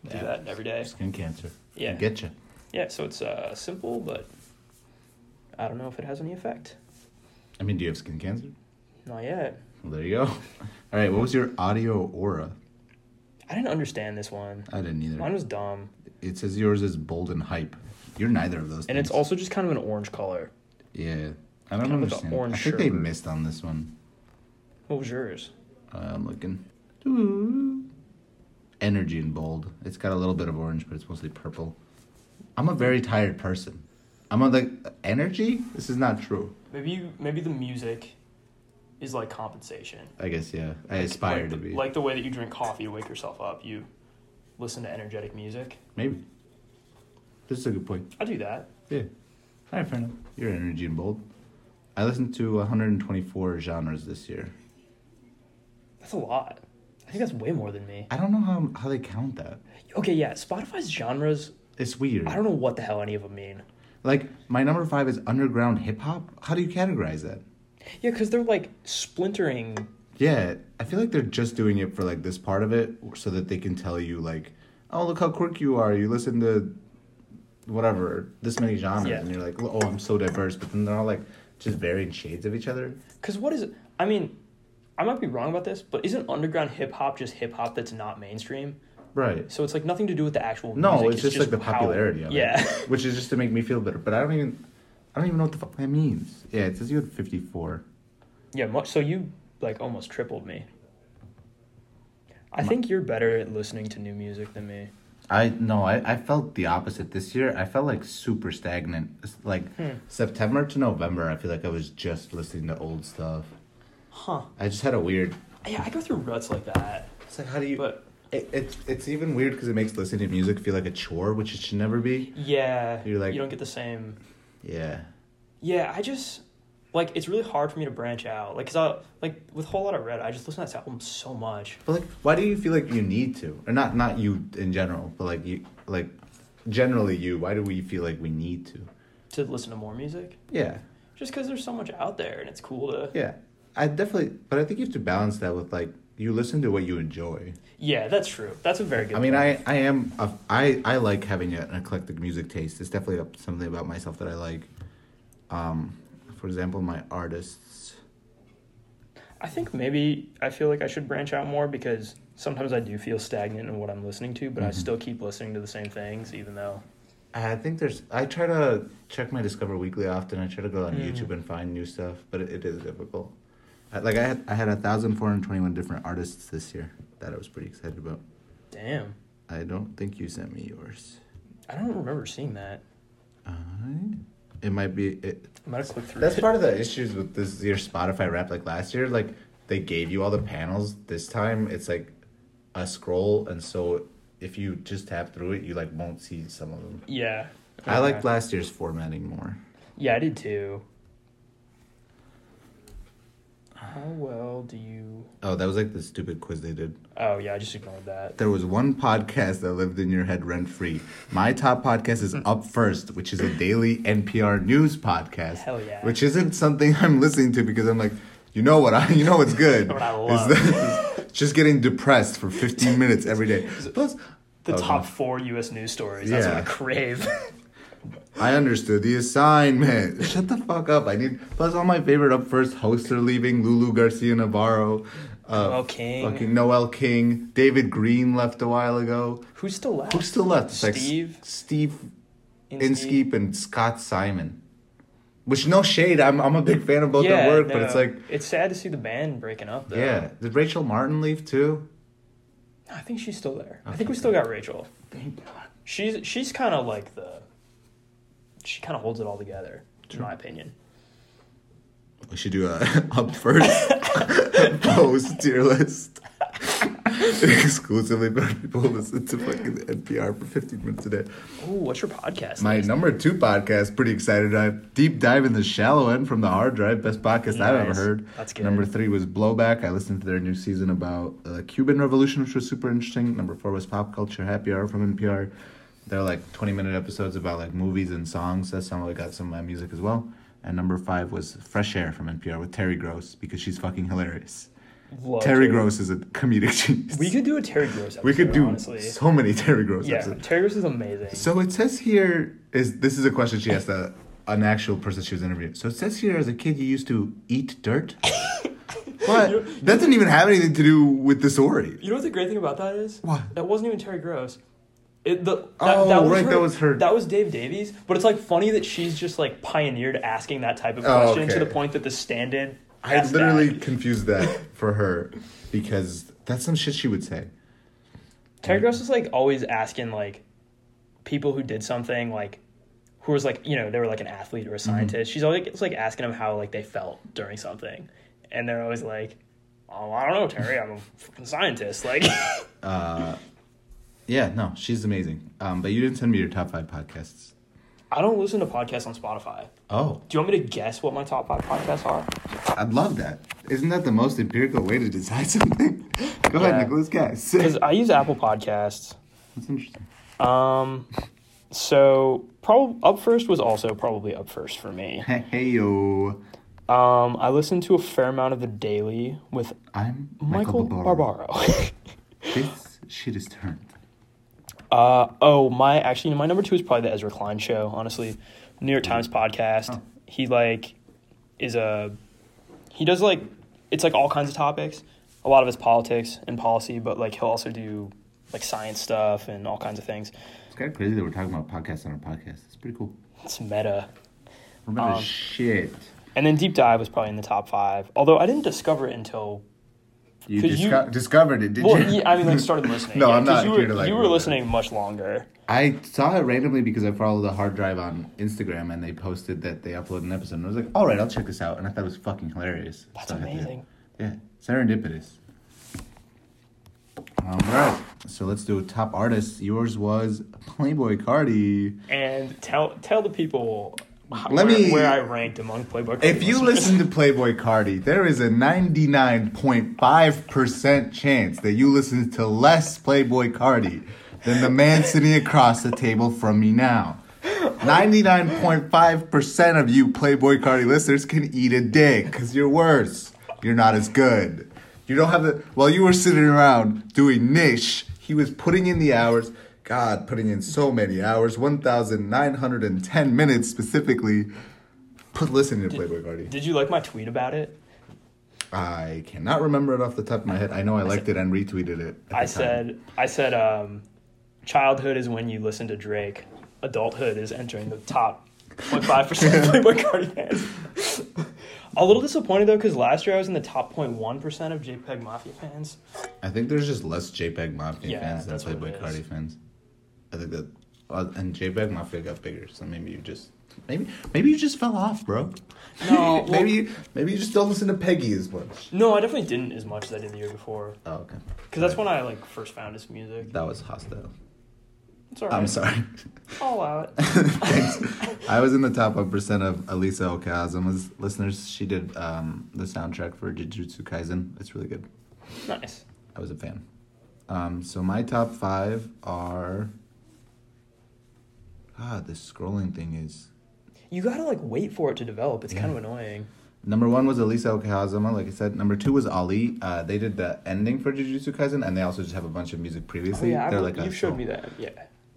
Speaker 1: Yeah.
Speaker 2: that every day.
Speaker 1: Skin cancer.
Speaker 2: Yeah.
Speaker 1: Get you.
Speaker 2: Yeah, so it's uh, simple, but I don't know if it has any effect.
Speaker 1: I mean, do you have skin cancer?
Speaker 2: Not yet.
Speaker 1: Well, there you go. [laughs] All right, what was your audio aura?
Speaker 2: I didn't understand this one.
Speaker 1: I didn't either.
Speaker 2: Mine was dumb,
Speaker 1: It says yours is bold and hype. You're neither of those.
Speaker 2: and
Speaker 1: things.
Speaker 2: it's also just kind of an orange color.
Speaker 1: yeah. I don't
Speaker 2: kind of like a
Speaker 1: understand.
Speaker 2: orange
Speaker 1: I think they
Speaker 2: sherbet.
Speaker 1: missed on this one.
Speaker 2: What was yours?
Speaker 1: Uh, I'm looking. Energy and bold. It's got a little bit of orange, but it's mostly purple. I'm a very tired person. I'm on the energy. This is not true.
Speaker 2: Maybe you, maybe the music is like compensation.
Speaker 1: I guess yeah. I aspire
Speaker 2: like
Speaker 1: to
Speaker 2: the,
Speaker 1: be.
Speaker 2: Like the way that you drink coffee to wake yourself up, you listen to energetic music.
Speaker 1: Maybe. This is a good point.
Speaker 2: I do that.
Speaker 1: Yeah. All right, fair enough. Your energy and bold. I listened to 124 genres this year.
Speaker 2: That's a lot. I think that's way more than me.
Speaker 1: I don't know how how they count that.
Speaker 2: Okay, yeah, Spotify's genres,
Speaker 1: It's weird.
Speaker 2: I don't know what the hell any of them mean.
Speaker 1: Like my number five is underground hip hop. How do you categorize that?
Speaker 2: Yeah, because they're like splintering.
Speaker 1: Yeah, I feel like they're just doing it for like this part of it, so that they can tell you like, oh look how quirky you are. You listen to whatever this many genres,
Speaker 2: Yeah.
Speaker 1: and you're like, oh I'm so diverse. But then they're all like just varying shades of each other.
Speaker 2: Because what is it? I mean, I might be wrong about this, but isn't underground hip hop just hip hop that's not mainstream?
Speaker 1: Right.
Speaker 2: So it's like nothing to do with the actual
Speaker 1: No,
Speaker 2: music.
Speaker 1: it's, just, like the
Speaker 2: how-
Speaker 1: popularity of
Speaker 2: yeah. [laughs]
Speaker 1: it. Which is just to make me feel better. But I don't even I don't even know what the fuck that means. Yeah, it says you had fifty four.
Speaker 2: Yeah, much so you like almost tripled me. I think you're better at listening to new music than me.
Speaker 1: I no, I, I felt the opposite this year. I felt like super stagnant. It's Like September to November, I feel like I was just listening to old stuff.
Speaker 2: Huh.
Speaker 1: I just had a weird
Speaker 2: Yeah, I go through ruts like that.
Speaker 1: It's like how do you
Speaker 2: But
Speaker 1: it, it's it's even weird because it makes listening to music feel like a chore, which it should never be.
Speaker 2: yeah,
Speaker 1: You're like-
Speaker 2: you don't get the same.
Speaker 1: Yeah.
Speaker 2: Yeah, I just like it's really hard for me to branch out. Like cuz I like with whole lot of red, I just listen to that album so much.
Speaker 1: But like, why do you feel like you need to, or not? Not you in general, but like you, like generally you. Why do we feel like we need to?
Speaker 2: To listen to more music
Speaker 1: Yeah,
Speaker 2: just cuz there's so much out there and it's cool to
Speaker 1: yeah. I definitely, but I think you have to balance that with like you listen to what you enjoy.
Speaker 2: Yeah, that's true. That's a very good
Speaker 1: I mean,
Speaker 2: point.
Speaker 1: I I am a, I I like having an eclectic music taste. It's definitely a- something about myself that I like. Um, for example, my artists.
Speaker 2: I think maybe I feel like I should branch out more because sometimes I do feel stagnant in what I'm listening to, but I
Speaker 1: Mm-hmm.
Speaker 2: still keep listening to the same things, even though.
Speaker 1: I think there's. I try to check my Discover Weekly often. I try to go on
Speaker 2: Mm.
Speaker 1: YouTube and find new stuff, but it, it is difficult. I, like I had, I had thousand four hundred twenty-one different artists this year that I was pretty excited about.
Speaker 2: Damn,
Speaker 1: I don't think you sent me yours.
Speaker 2: I don't remember seeing that.
Speaker 1: I. It might be. It,
Speaker 2: I might have clicked through.
Speaker 1: that's
Speaker 2: it.
Speaker 1: part of the issues with this year's Spotify Wrapped. Like last year, like they gave you all the panels. This time, it's like a scroll, and so if you just tap through it, you like won't see some of them.
Speaker 2: Yeah.
Speaker 1: I liked
Speaker 2: Okay.
Speaker 1: last year's formatting more.
Speaker 2: Yeah, I did too. How well do you?
Speaker 1: Oh, that was like the stupid quiz they did.
Speaker 2: Oh yeah, I just ignored that.
Speaker 1: There was one podcast that lived in your head rent free. My top podcast
Speaker 2: Hmm.
Speaker 1: is Up First, which is a daily NPR news podcast.
Speaker 2: Hell yeah.
Speaker 1: Which isn't something [laughs] I'm listening to because I'm like, you know what I, [laughs] you know what's good.
Speaker 2: [laughs] What I
Speaker 1: is
Speaker 2: love.
Speaker 1: that- is just getting depressed for 15 minutes every
Speaker 2: [laughs]
Speaker 1: day. Plus,
Speaker 2: The
Speaker 1: Oh,
Speaker 2: top four U.S. news stories. That's what I
Speaker 1: Yeah. [laughs]
Speaker 2: crave. [laughs]
Speaker 1: I understood the assignment. [laughs] Shut the fuck up. I need. Plus, all my favorite up first hosts are leaving: Lulu Garcia Navarro, uh,
Speaker 2: Noel King.
Speaker 1: fucking Noel King, David Green left a while ago.
Speaker 2: Who's still left?
Speaker 1: Who's still left? It's like S-
Speaker 2: Steve?
Speaker 1: Steve
Speaker 2: Inskeep?
Speaker 1: Inskeep and Scott Simon. Which no shade. I'm I'm a big fan of both
Speaker 2: Yeah,
Speaker 1: their work, but
Speaker 2: no.
Speaker 1: it's like
Speaker 2: it's sad to see the band breaking up. Though.
Speaker 1: yeah. Did Rachel Martin leave too?
Speaker 2: No, I think she's still there. I think we still got Rachel.
Speaker 1: Thank God.
Speaker 2: She's she's kind of like the. She kind of holds it all together, in my opinion.
Speaker 1: [laughs] We should do a up first post tier list. [laughs] exclusively for people who listen to fucking NPR for 15 minutes a day.
Speaker 2: Oh, what's your podcast?
Speaker 1: My
Speaker 2: list?
Speaker 1: number two podcast, pretty excited. I deep dive in the shallow end from the hard drive, best podcast I've ever
Speaker 2: Nice.
Speaker 1: heard.
Speaker 2: That's good.
Speaker 1: Number three was Blowback. I listened to their new season about uh, Cuban Revolution, which was super interesting. Number four was Pop Culture Happy Hour from NPR. They're like twenty minute episodes about like movies and songs. That's how I got some of my music as well. And number five was Fresh Air from NPR with Terry Gross because she's fucking hilarious.
Speaker 2: Love
Speaker 1: Terry Gross is a comedic genius.
Speaker 2: We could do a Terry Gross. Episode,
Speaker 1: We could do
Speaker 2: honestly.
Speaker 1: so many Terry Gross
Speaker 2: yeah,
Speaker 1: episodes.
Speaker 2: Terry Gross is amazing.
Speaker 1: So it says here is this is a question she asked a, an actual person she was interviewing. So it says here as a kid you used to eat dirt. but that doesn't even have anything to do with the story.
Speaker 2: You know what the great thing about that is?
Speaker 1: What?
Speaker 2: That wasn't even Terry Gross. It, the, that,
Speaker 1: Oh,
Speaker 2: that was
Speaker 1: right,
Speaker 2: her,
Speaker 1: that was her.
Speaker 2: That was Dave Davies. But it's like funny that she's just like pioneered asking that type of
Speaker 1: Oh,
Speaker 2: question to
Speaker 1: okay.
Speaker 2: the point that the stand-in.
Speaker 1: I
Speaker 2: asked
Speaker 1: literally
Speaker 2: that.
Speaker 1: confused that for her because that's some shit she would say.
Speaker 2: Terry Gross was like always asking like people who did something like who was like you know they were like an athlete or a
Speaker 1: Mm-hmm.
Speaker 2: scientist. She's always it's like asking them how like they felt during something, and they're always like, "Oh, I don't know, Terry. I'm a fucking scientist." Like, [laughs]
Speaker 1: Uh, Yeah, no, she's amazing. Um, but you didn't send me your top five podcasts.
Speaker 2: I don't listen to podcasts on Spotify.
Speaker 1: Oh,
Speaker 2: Do you want me to guess what my top five podcasts are?
Speaker 1: I'd love that. Isn't that the most empirical way to decide [laughs] something? Go ahead,
Speaker 2: Yeah.
Speaker 1: Nicholas, guess. [laughs]
Speaker 2: Because I use Apple Podcasts.
Speaker 1: That's interesting.
Speaker 2: Um, so probably up first was also probably up first for me.
Speaker 1: Hey, hey yo,
Speaker 2: Um, I listened to a fair amount of the Daily with
Speaker 1: I'm
Speaker 2: Michael,
Speaker 1: Michael, Barbaro.
Speaker 2: Barbaro. [laughs]
Speaker 1: This shit is turned.
Speaker 2: uh, oh my, actually my number two is probably the Ezra Klein Show. Honestly, New York Times podcast.
Speaker 1: Oh.
Speaker 2: He like is a he does like it's like all kinds of topics. A lot of it's politics and policy, but like he'll also do like science stuff and all kinds of things.
Speaker 1: It's kind of crazy that we're talking about podcasts on our podcast. It's pretty cool.
Speaker 2: It's meta.
Speaker 1: We're about
Speaker 2: Uh,
Speaker 1: to shit.
Speaker 2: And then Deep Dive was probably in the top five. Although I didn't discover it until
Speaker 1: You,
Speaker 2: 'cause you-
Speaker 1: disco- discovered it, did [laughs]
Speaker 2: well,
Speaker 1: you?
Speaker 2: yeah, I mean, like started listening.
Speaker 1: No,
Speaker 2: yeah,
Speaker 1: I'm
Speaker 2: 'cause
Speaker 1: not
Speaker 2: You
Speaker 1: here
Speaker 2: were,
Speaker 1: to, like,
Speaker 2: you were
Speaker 1: ruin it.
Speaker 2: listening much longer.
Speaker 1: I saw it randomly because I follow the hard drive on Instagram and they posted that they uploaded an episode. And I was like, all right, I'll check this out. And I thought it was fucking hilarious.
Speaker 2: That's
Speaker 1: So I did.
Speaker 2: amazing.
Speaker 1: Yeah, serendipitous. All right, so let's do top artists. Yours was Playboy Cardi.
Speaker 2: And tell tell the people h-
Speaker 1: Let
Speaker 2: where,
Speaker 1: me-
Speaker 2: where I ranked among Playboy. Cardi
Speaker 1: If you
Speaker 2: listeners.
Speaker 1: listen to Playboy Cardi, there is a 99.5% chance that you listen to less Playboy Cardi than the man sitting across the table from me now. 99.5% of you Playboy Cardi listeners can eat a dick because you're worse. You're not as good. You don't have the. While you were sitting around doing niche, he was putting in the hours. God, putting in so many hours, 1,910 minutes specifically. Put listening to Playboy Cardi.
Speaker 2: [laughs] did you like my tweet about it?
Speaker 1: I cannot remember it off the top of my head. I know I liked it and retweeted it. at the
Speaker 2: I
Speaker 1: time.
Speaker 2: said I said um, childhood is when you listen to Drake. Adulthood is entering the top 0.5 percent of
Speaker 1: [laughs]
Speaker 2: Playboy Cardi fans. [laughs] A little disappointed though, because last year I was in the top 0.1 percent of JPEG Mafia fans.
Speaker 1: I think there's just less JPEG Mafia
Speaker 2: Yeah,
Speaker 1: fans than
Speaker 2: that's what
Speaker 1: Playboy
Speaker 2: it
Speaker 1: Cardi
Speaker 2: is.
Speaker 1: fans. I think that, uh, and JPEG Mafia got bigger, so maybe you just maybe maybe you just fell off, bro. [laughs]
Speaker 2: No, well-
Speaker 1: maybe maybe you just don't listen to Peggy as much.
Speaker 2: No, I definitely didn't as much as I did the year before.
Speaker 1: Oh, okay.
Speaker 2: Because that's when I like first found his music.
Speaker 1: that was hostile.
Speaker 2: It's alright.
Speaker 1: I'm sorry. [laughs]
Speaker 2: I'll allow it.
Speaker 1: Thanks. I was in the top one percent of Elisa Okazawa's listeners. She did um, the soundtrack for Jujutsu Kaisen. It's really good.
Speaker 2: nice.
Speaker 1: I was a fan. Um, so my top five are. Ah, this scrolling thing is.
Speaker 2: You gotta like wait for it to develop. It's kind of annoying.
Speaker 1: Number one was Elisa Okazama, like I said. Number two was Ali. Uh, they did the ending for Jujutsu Kaisen, and they also just have a bunch of music
Speaker 2: Oh,
Speaker 1: previously.
Speaker 2: yeah, I
Speaker 1: They're
Speaker 2: like
Speaker 1: like a
Speaker 2: you showed
Speaker 1: soul.
Speaker 2: me that. Yeah.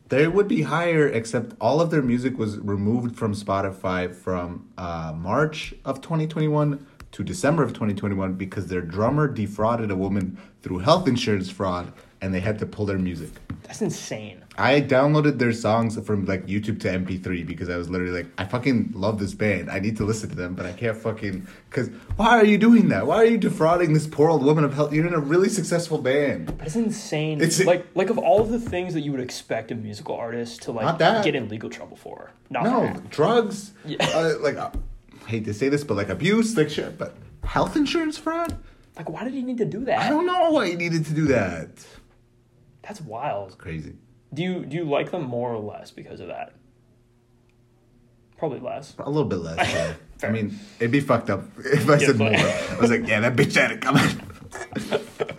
Speaker 1: They would be higher, except all of their music was removed from Spotify from uh, March of 2021 to December of 2021 because their drummer defrauded a woman through health insurance fraud, and they had to pull their music.
Speaker 2: That's insane.
Speaker 1: I downloaded their songs from like YouTube to MP3 because I was literally like, I fucking love this band. I need to listen to them, but I can't fucking. Because why are you doing that? Why are you defrauding this poor old woman of health? You're in a really successful band.
Speaker 2: That's insane.
Speaker 1: It's-
Speaker 2: like like of all of the things that you would expect a musical artist to like
Speaker 1: Not that.
Speaker 2: get in legal trouble for. Not
Speaker 1: No,
Speaker 2: that.
Speaker 1: drugs.
Speaker 2: Yeah.
Speaker 1: Uh, like, I hate to say this, but like abuse, like shit. But health insurance fraud?
Speaker 2: Like, why did he need to do
Speaker 1: I
Speaker 2: that?
Speaker 1: don't know why he needed to do that.
Speaker 2: That's wild.
Speaker 1: Crazy.
Speaker 2: Do you do you like them more or less because of that? Probably less.
Speaker 1: A little bit less. yeah. I
Speaker 2: [laughs] Fair.
Speaker 1: mean, it'd be fucked up [laughs] if I said more.
Speaker 2: [laughs] but-
Speaker 1: I was like, yeah, that bitch had it coming.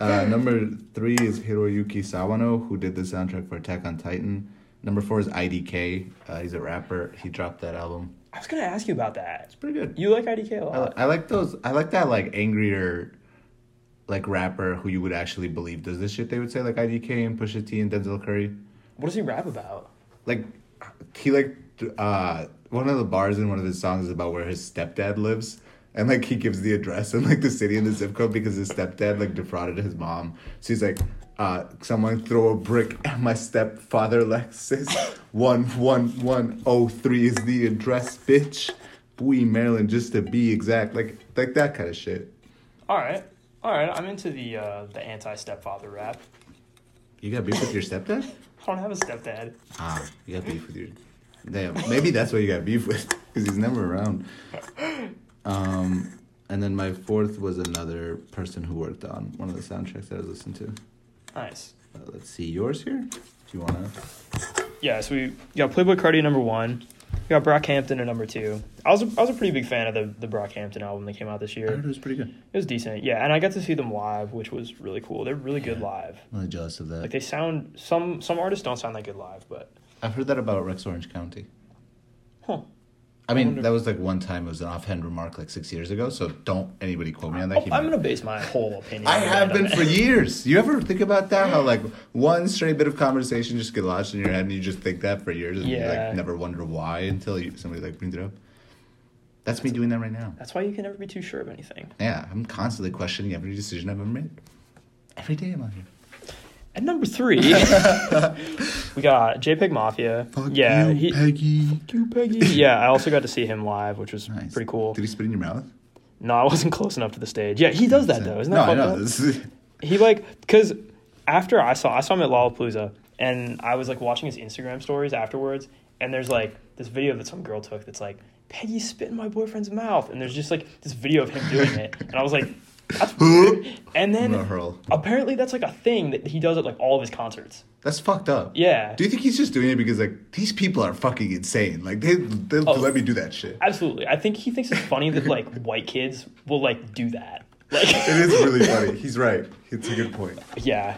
Speaker 2: [laughs]
Speaker 1: uh, number three is Hiroyuki Sawano, who did the soundtrack for Attack on Titan. Number four is IDK. Uh, he's a rapper. He dropped that album.
Speaker 2: I was gonna ask you about that.
Speaker 1: It's pretty good.
Speaker 2: You like IDK a lot.
Speaker 1: I, li- I like those. I like that like angrier, like rapper who you would actually believe does this shit. They would say like IDK and Pusha T and Denzel Curry.
Speaker 2: what does he rap about?
Speaker 1: like he like th- uh one of the bars in one of his songs is about where his stepdad lives and like he gives the address and like the city and the zip code because his stepdad like defrauded his mom so he's like uh someone throw a brick at my stepfather lexus 11103 oh, is the address bitch Bowie, Maryland, just to be exact, like like that kind of shit.
Speaker 2: All right, all right. I'm into the uh, the anti stepfather rap.
Speaker 1: You got beef with your stepdad?
Speaker 2: I don't have a stepdad.
Speaker 1: Ah, you got beef with your. Damn, maybe that's what you got beef with, because he's never around. Um, and then my fourth was another person who worked on one of the soundtracks that I listened to.
Speaker 2: Nice.
Speaker 1: Uh, let's see, yours here. Do you wanna?
Speaker 2: Yeah, so we you got Playboy Cardi at number one. We got Brockhampton at number two. I was a, I was a pretty big fan of the the Brockhampton album that came out this
Speaker 1: I heard
Speaker 2: year.
Speaker 1: it was pretty good.
Speaker 2: It was decent, yeah. And I got to see them live, which was really cool. They're really good live.
Speaker 1: I'm really jealous of
Speaker 2: Like
Speaker 1: that.
Speaker 2: they sound some some artists don't sound that good live, but
Speaker 1: I've heard that about Rex Orange County.
Speaker 2: huh.
Speaker 1: I
Speaker 2: I
Speaker 1: mean,
Speaker 2: wonder-
Speaker 1: that was like one time. It was an offhand remark like six years ago. So don't anybody quote me on that.
Speaker 2: Oh,
Speaker 1: He
Speaker 2: I'm
Speaker 1: might-
Speaker 2: gonna base
Speaker 1: [laughs]
Speaker 2: my whole opinion.
Speaker 1: I
Speaker 2: on
Speaker 1: have
Speaker 2: that.
Speaker 1: been for years. You ever think about that? How like one stray bit of conversation just get lodged in your head, and you just think that for years, and you
Speaker 2: Yeah.
Speaker 1: like never wonder why until you, somebody like brings it up. That's me doing that right now.
Speaker 2: [laughs] That's why you can never be too sure of anything.
Speaker 1: Yeah, I'm constantly questioning every decision I've ever made. Every day I'm out here.
Speaker 2: At
Speaker 1: [laughs]
Speaker 2: number three, [laughs] we got JPEG Mafia. yeah, he-
Speaker 1: Peggy.
Speaker 2: you,
Speaker 1: [laughs]
Speaker 2: Peggy. yeah, I also got to see him live, which was
Speaker 1: Nice.
Speaker 2: pretty cool.
Speaker 1: Did he spit in your mouth?
Speaker 2: No, I wasn't [laughs] close enough to the stage. Yeah, he does that though. Isn't that
Speaker 1: no, I
Speaker 2: fucked
Speaker 1: know.
Speaker 2: up?
Speaker 1: This is-
Speaker 2: He like because after I saw I saw him at Lollapalooza and I was like watching his Instagram stories afterwards and there's like this video that some girl took that's like Peggy spit in my boyfriend's mouth and there's just like this video of him doing it and I was like that's weird. and
Speaker 1: I'm gonna
Speaker 2: then
Speaker 1: hurl.
Speaker 2: apparently that's like a thing that he does at like all of his concerts.
Speaker 1: That's fucked up.
Speaker 2: Yeah.
Speaker 1: Do you think he's just doing it because like these people are fucking insane? Like they they will
Speaker 2: Oh.
Speaker 1: let me do that shit.
Speaker 2: Absolutely. I think he thinks it's funny that like white kids will like do that. Like
Speaker 1: It is [laughs] really funny. He's right. It's a good point.
Speaker 2: yeah.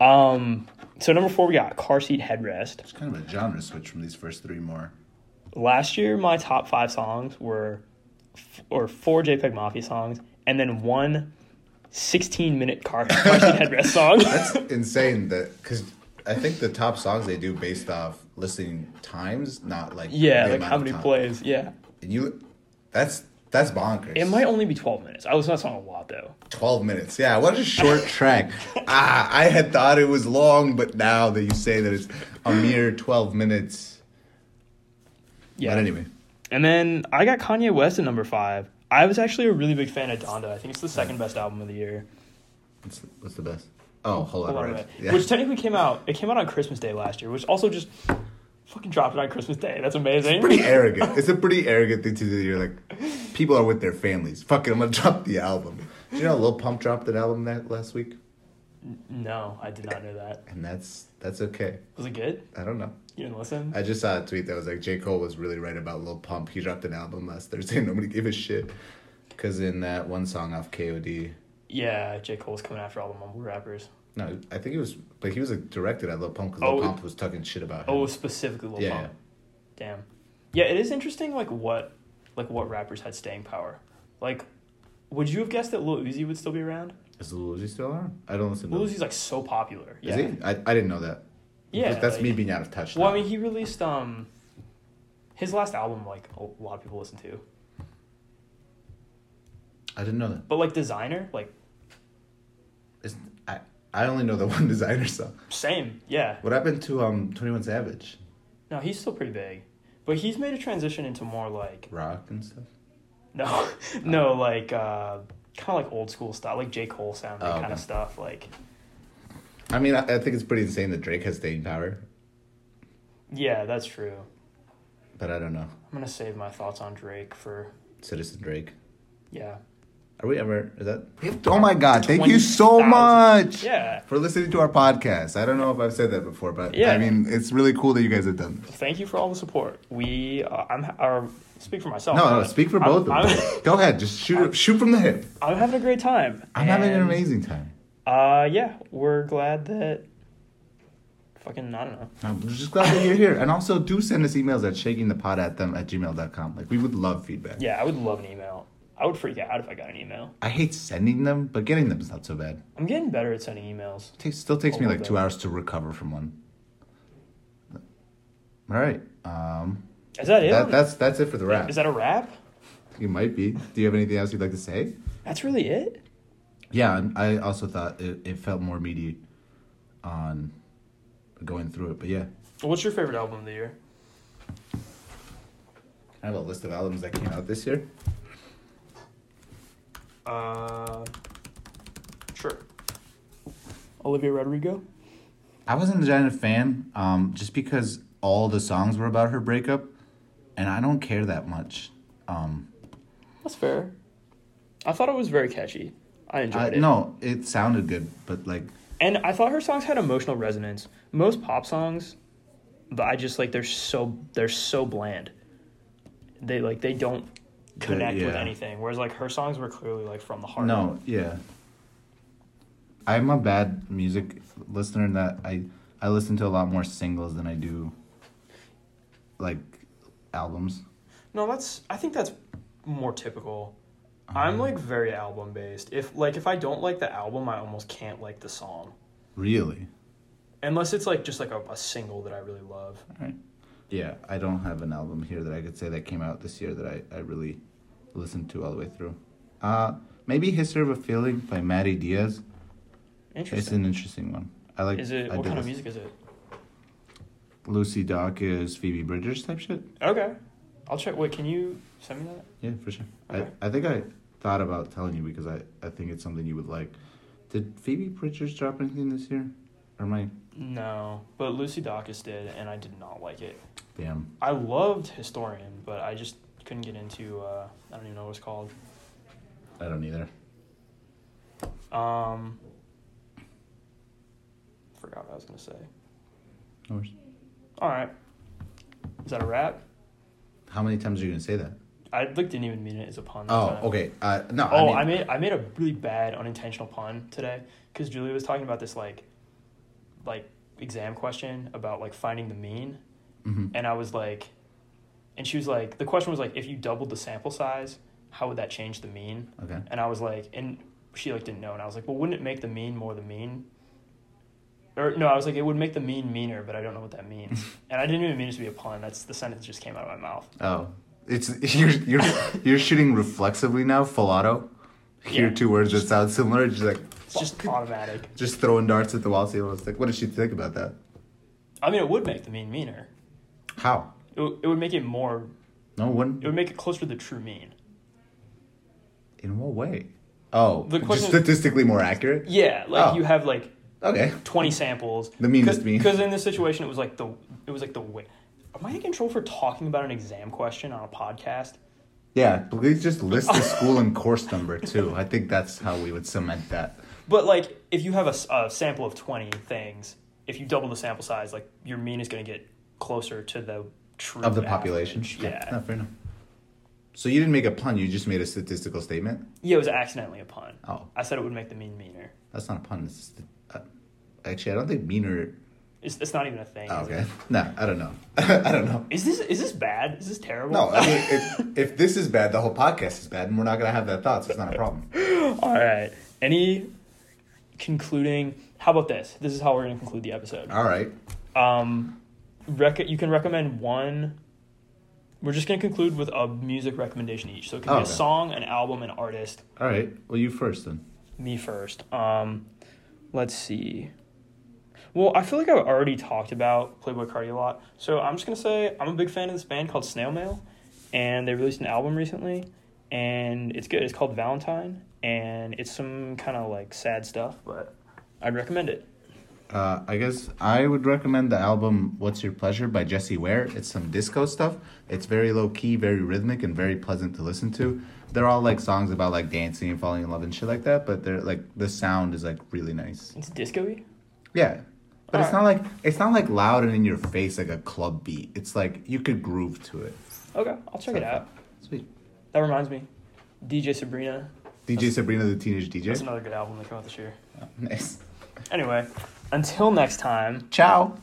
Speaker 2: Um so number 4 we got car seat headrest.
Speaker 1: It's kind of a genre switch from these first three more.
Speaker 2: last year my top five songs were f- or four jpeg mafia songs and then one 16 minute car, car
Speaker 1: [laughs]
Speaker 2: seat headrest song
Speaker 1: That's insane. That because I think the top songs they do based off listening times, not like
Speaker 2: [laughs] yeah
Speaker 1: the
Speaker 2: like
Speaker 1: amount
Speaker 2: how
Speaker 1: of
Speaker 2: many
Speaker 1: time.
Speaker 2: plays yeah
Speaker 1: And you, that's that's bonkers.
Speaker 2: it might only be 12 minutes i was not song a lot though
Speaker 1: Twelve minutes. Yeah, what a
Speaker 2: [laughs]
Speaker 1: short track. ah, I had thought it was long, but now that you say that it's a mere twelve minutes.
Speaker 2: yeah
Speaker 1: But anyway,
Speaker 2: and then i got kanye west at number five i was actually a really big fan of donda i think it's the second best album of the year
Speaker 1: what's, what's the best? Oh, hold on,
Speaker 2: Hold on a
Speaker 1: right.
Speaker 2: minute.
Speaker 1: Yeah.
Speaker 2: which technically came out it came out on christmas day last year which also just fucking dropped it on christmas day that's amazing [laughs]
Speaker 1: pretty arrogant. It's a pretty arrogant thing to do. You're like, people are with their families. Fuck it, I'm gonna [laughs] drop the album. Did you know Lil Pump dropped an album that last week?
Speaker 2: no i did not know that
Speaker 1: And that's that's okay.
Speaker 2: was it good
Speaker 1: I don't know.
Speaker 2: you didn't listen
Speaker 1: I just saw a tweet that was like, J. Cole was really right about Lil Pump. He dropped an album last Thursday. [laughs] Nobody gave a shit. Because in that one song off KOD,
Speaker 2: Yeah, J. Cole's coming after all the mumble rappers.
Speaker 1: no, I think it was, but he was like directed at Lil Pump because
Speaker 2: Oh.
Speaker 1: Lil Pump was talking shit about him.
Speaker 2: Oh, specifically Lil
Speaker 1: Yeah,
Speaker 2: Pump. Damn. Yeah, it is interesting. Like what, like what rappers had staying power. Like, would you have guessed that Lil Uzi would still be around?
Speaker 1: Is Lil Uzi still on? I don't listen to
Speaker 2: Lil
Speaker 1: Lil Uzi.
Speaker 2: Uzi's like so popular.
Speaker 1: Is
Speaker 2: Yeah.
Speaker 1: he? I, I didn't know that.
Speaker 2: Yeah,
Speaker 1: But That's
Speaker 2: like-
Speaker 1: me being out of touch.
Speaker 2: Well, I
Speaker 1: now.
Speaker 2: mean, he released um, his last album. Like a lot of people listen to,
Speaker 1: I didn't know that.
Speaker 2: but like Designer, like
Speaker 1: Is I I only know the [laughs] one designer song.
Speaker 2: same. Yeah.
Speaker 1: What happened to um Twenty One Savage?
Speaker 2: No, he's still pretty big, but he's made a transition into more like
Speaker 1: Rock and stuff.
Speaker 2: No, [laughs] no, like uh, kind of like old school stuff, like J Cole sounding
Speaker 1: Oh,
Speaker 2: kind
Speaker 1: okay.
Speaker 2: of stuff. Like,
Speaker 1: I mean, I, I think it's pretty insane that Drake has staying power,
Speaker 2: yeah, that's true.
Speaker 1: but I don't know.
Speaker 2: I'm gonna save my thoughts on Drake for
Speaker 1: Citizen Drake.
Speaker 2: yeah.
Speaker 1: Are we ever? Is that?
Speaker 3: Yep.
Speaker 1: Oh my God! Thank you so
Speaker 2: 20,000.
Speaker 1: much.
Speaker 2: Yeah.
Speaker 1: For listening to our podcast. I don't know if I've said that before, but I
Speaker 2: Yeah.
Speaker 1: mean, it's really cool that you guys have done this.
Speaker 2: Thank you for all the support. We, uh, I'm, or speak for myself.
Speaker 1: No, no,
Speaker 2: but
Speaker 1: speak for
Speaker 2: I'm-
Speaker 1: both
Speaker 2: I'm,
Speaker 1: of them. Go ahead, just shoot, shoot from the hip.
Speaker 2: [laughs] I'm having a great time.
Speaker 1: I'm having an
Speaker 2: And,
Speaker 1: amazing time.
Speaker 2: Uh, yeah, we're glad that. Fucking, I don't know.
Speaker 1: I'm just glad that you're here. And also, do send us emails at shakingthepod at them at gmail.com. Like, we would love feedback.
Speaker 2: Yeah, I would love an email. I would freak out if I got an email.
Speaker 1: I hate sending them, but getting them is not so bad.
Speaker 2: I'm getting better at sending emails.
Speaker 1: It takes, still takes me
Speaker 2: Oh,
Speaker 1: like two
Speaker 2: okay.
Speaker 1: hours to recover from one. All right. Um,
Speaker 2: Is that it?
Speaker 1: that, that's that's it for the wrap.
Speaker 2: Is that a wrap?
Speaker 1: it might be. Do you have anything else you'd like to say?
Speaker 2: That's really it.
Speaker 1: Yeah, and I also thought it, it felt more meaty on going through it. But yeah,
Speaker 2: What's your favorite album of the year?
Speaker 1: I have a list of albums that came out this year.
Speaker 2: Uh, sure. Olivia Rodrigo.
Speaker 1: I wasn't a giant fan um, just because all the songs were about her breakup, and I don't care that much. Um,
Speaker 2: That's fair. I thought it was very catchy. I enjoyed
Speaker 1: I,
Speaker 2: it.
Speaker 1: no, it sounded good, but like,
Speaker 2: And I thought her songs had emotional resonance. Most pop songs, but I just like they're so they're so bland. They like they don't connect with
Speaker 1: yeah.
Speaker 2: anything. Whereas like her songs were clearly like from the heart.
Speaker 1: no, yeah. I'm a bad music listener in that I I listen to a lot more singles than I do like albums.
Speaker 2: No, that's I think that's more typical. I'm like very album based. If like if I don't like the album, I almost can't like the song.
Speaker 1: Really?
Speaker 2: Unless it's like just like a, a single that I really love.
Speaker 1: Yeah, I don't have an album here that I could say that came out this year that I, I really listened to all the way through. Uh, maybe History of a Feeling by Maddie Diaz. It's
Speaker 2: Interesting.
Speaker 1: an interesting one. I like.
Speaker 2: Is it
Speaker 1: I
Speaker 2: what
Speaker 1: did
Speaker 2: kind of
Speaker 1: this-
Speaker 2: music is it?
Speaker 1: Lucy Doc is Phoebe Bridgers type shit.
Speaker 2: Okay. I'll check wait, can you send me that?
Speaker 1: Yeah, for sure.
Speaker 2: Okay.
Speaker 1: I, I think I thought about telling you because I, I think it's something you would like. Did Phoebe Bridgers drop anything this year? Or my
Speaker 2: No. But Lucy Dacus did and I did not like it.
Speaker 1: damn.
Speaker 2: I loved Historian, but I just couldn't get into uh I don't even know what it's called.
Speaker 1: I don't either.
Speaker 2: Um forgot what I was gonna say.
Speaker 1: No worries.
Speaker 2: Alright. Is that a wrap?
Speaker 1: How many times are you gonna say that?
Speaker 2: I like didn't even mean it as a pun. that
Speaker 1: Oh,
Speaker 2: time.
Speaker 1: okay. Uh, no.
Speaker 2: Oh,
Speaker 1: I
Speaker 2: I
Speaker 1: mean,
Speaker 2: made I made a really bad unintentional pun today because Julia was talking about this like, like exam question about like finding the mean,
Speaker 1: Mhm.
Speaker 2: and I was like, and she was like, the question was like, if you doubled the sample size, how would that change the mean?
Speaker 1: okay.
Speaker 2: And I was like, and she like didn't know, and I was like, well, wouldn't it make the mean more the mean? Or no, I was like, it would make the mean meaner, but I don't know what that means,
Speaker 1: [laughs]
Speaker 2: and I didn't even mean it to be a pun. That's the sentence just came out of my mouth.
Speaker 1: Oh, it's [laughs] you're
Speaker 2: [laughs]
Speaker 1: you're you're shooting reflexively now, full auto. Hear
Speaker 2: Yeah.
Speaker 1: two words that sound similar, just like
Speaker 2: It's just automatic.
Speaker 1: just throwing darts at the wall. See what's like. What did she think about that?
Speaker 2: I mean, it would make the mean meaner.
Speaker 1: How?
Speaker 2: It, w- it would make it more.
Speaker 1: No
Speaker 2: It
Speaker 1: one.
Speaker 2: would make it closer to the true mean.
Speaker 1: In what way? Oh,
Speaker 2: The
Speaker 1: just
Speaker 2: question-
Speaker 1: statistically more accurate.
Speaker 2: Yeah, like
Speaker 1: Oh.
Speaker 2: you have like
Speaker 1: Okay.
Speaker 2: twenty samples.
Speaker 1: The meanest mean.
Speaker 2: Because in this situation, it was like the it was like the way. Am I in control for talking about an exam question on a podcast?
Speaker 1: Yeah, please just list the school and course number too. I think that's how we would cement that.
Speaker 2: But like, if you have a, s- a sample of twenty things, if you double the sample size, like your mean is going to get closer to the true
Speaker 1: Of the population.
Speaker 2: average.
Speaker 1: No,
Speaker 2: Yeah,
Speaker 1: fair enough. So you didn't make a pun. You just made a statistical statement.
Speaker 2: yeah, it was accidentally a pun.
Speaker 1: Oh,
Speaker 2: I said it would make the mean meaner.
Speaker 1: that's not a pun. It's just, uh, actually, I don't think meaner.
Speaker 2: It's, it's not even a thing.
Speaker 1: Oh,
Speaker 2: is it?
Speaker 1: okay. [laughs] No, I don't know. I don't know.
Speaker 2: Is this is this bad? Is this terrible?
Speaker 1: No, I mean, if, if this is bad, the whole podcast is bad, and we're not going to have that thought, so it's not a problem.
Speaker 2: [laughs] All right. Any concluding? How about this? This is how we're going to conclude the episode.
Speaker 1: All right.
Speaker 2: Um, rec- you can recommend one. We're just going to conclude with a music recommendation each. So it can
Speaker 1: Oh,
Speaker 2: be a
Speaker 1: okay.
Speaker 2: song, an album, an artist.
Speaker 1: All right. Well, you first then.
Speaker 2: Me first. Um, let's see. Well, I feel like I've already talked about Playboy Cardi a lot, so I'm just gonna say I'm a big fan of this band called Snail Mail, and they released an album recently, and it's good. It's called Valentine, and it's some kind of like sad stuff, but I'd recommend it.
Speaker 1: Uh, I guess I would recommend the album "What's Your Pleasure" by Jesse Ware. It's some disco stuff. It's very low key, very rhythmic, and very pleasant to listen to. They're all like songs about like dancing and falling in love and shit like that. But they're like the sound is like really nice.
Speaker 2: It's disco-y?
Speaker 1: Yeah, but it's
Speaker 2: All
Speaker 1: not like it's not like loud and in your face like a club beat. It's like you could groove to it.
Speaker 2: Okay, I'll check it
Speaker 1: So-
Speaker 2: out.
Speaker 1: Sweet.
Speaker 2: That reminds me, DJ Sabrina.
Speaker 1: DJ Sabrina the Teenage
Speaker 2: That's
Speaker 1: DJ.
Speaker 2: another good album that came out this year.
Speaker 1: Nice.
Speaker 2: Anyway, until next time.
Speaker 1: Ciao.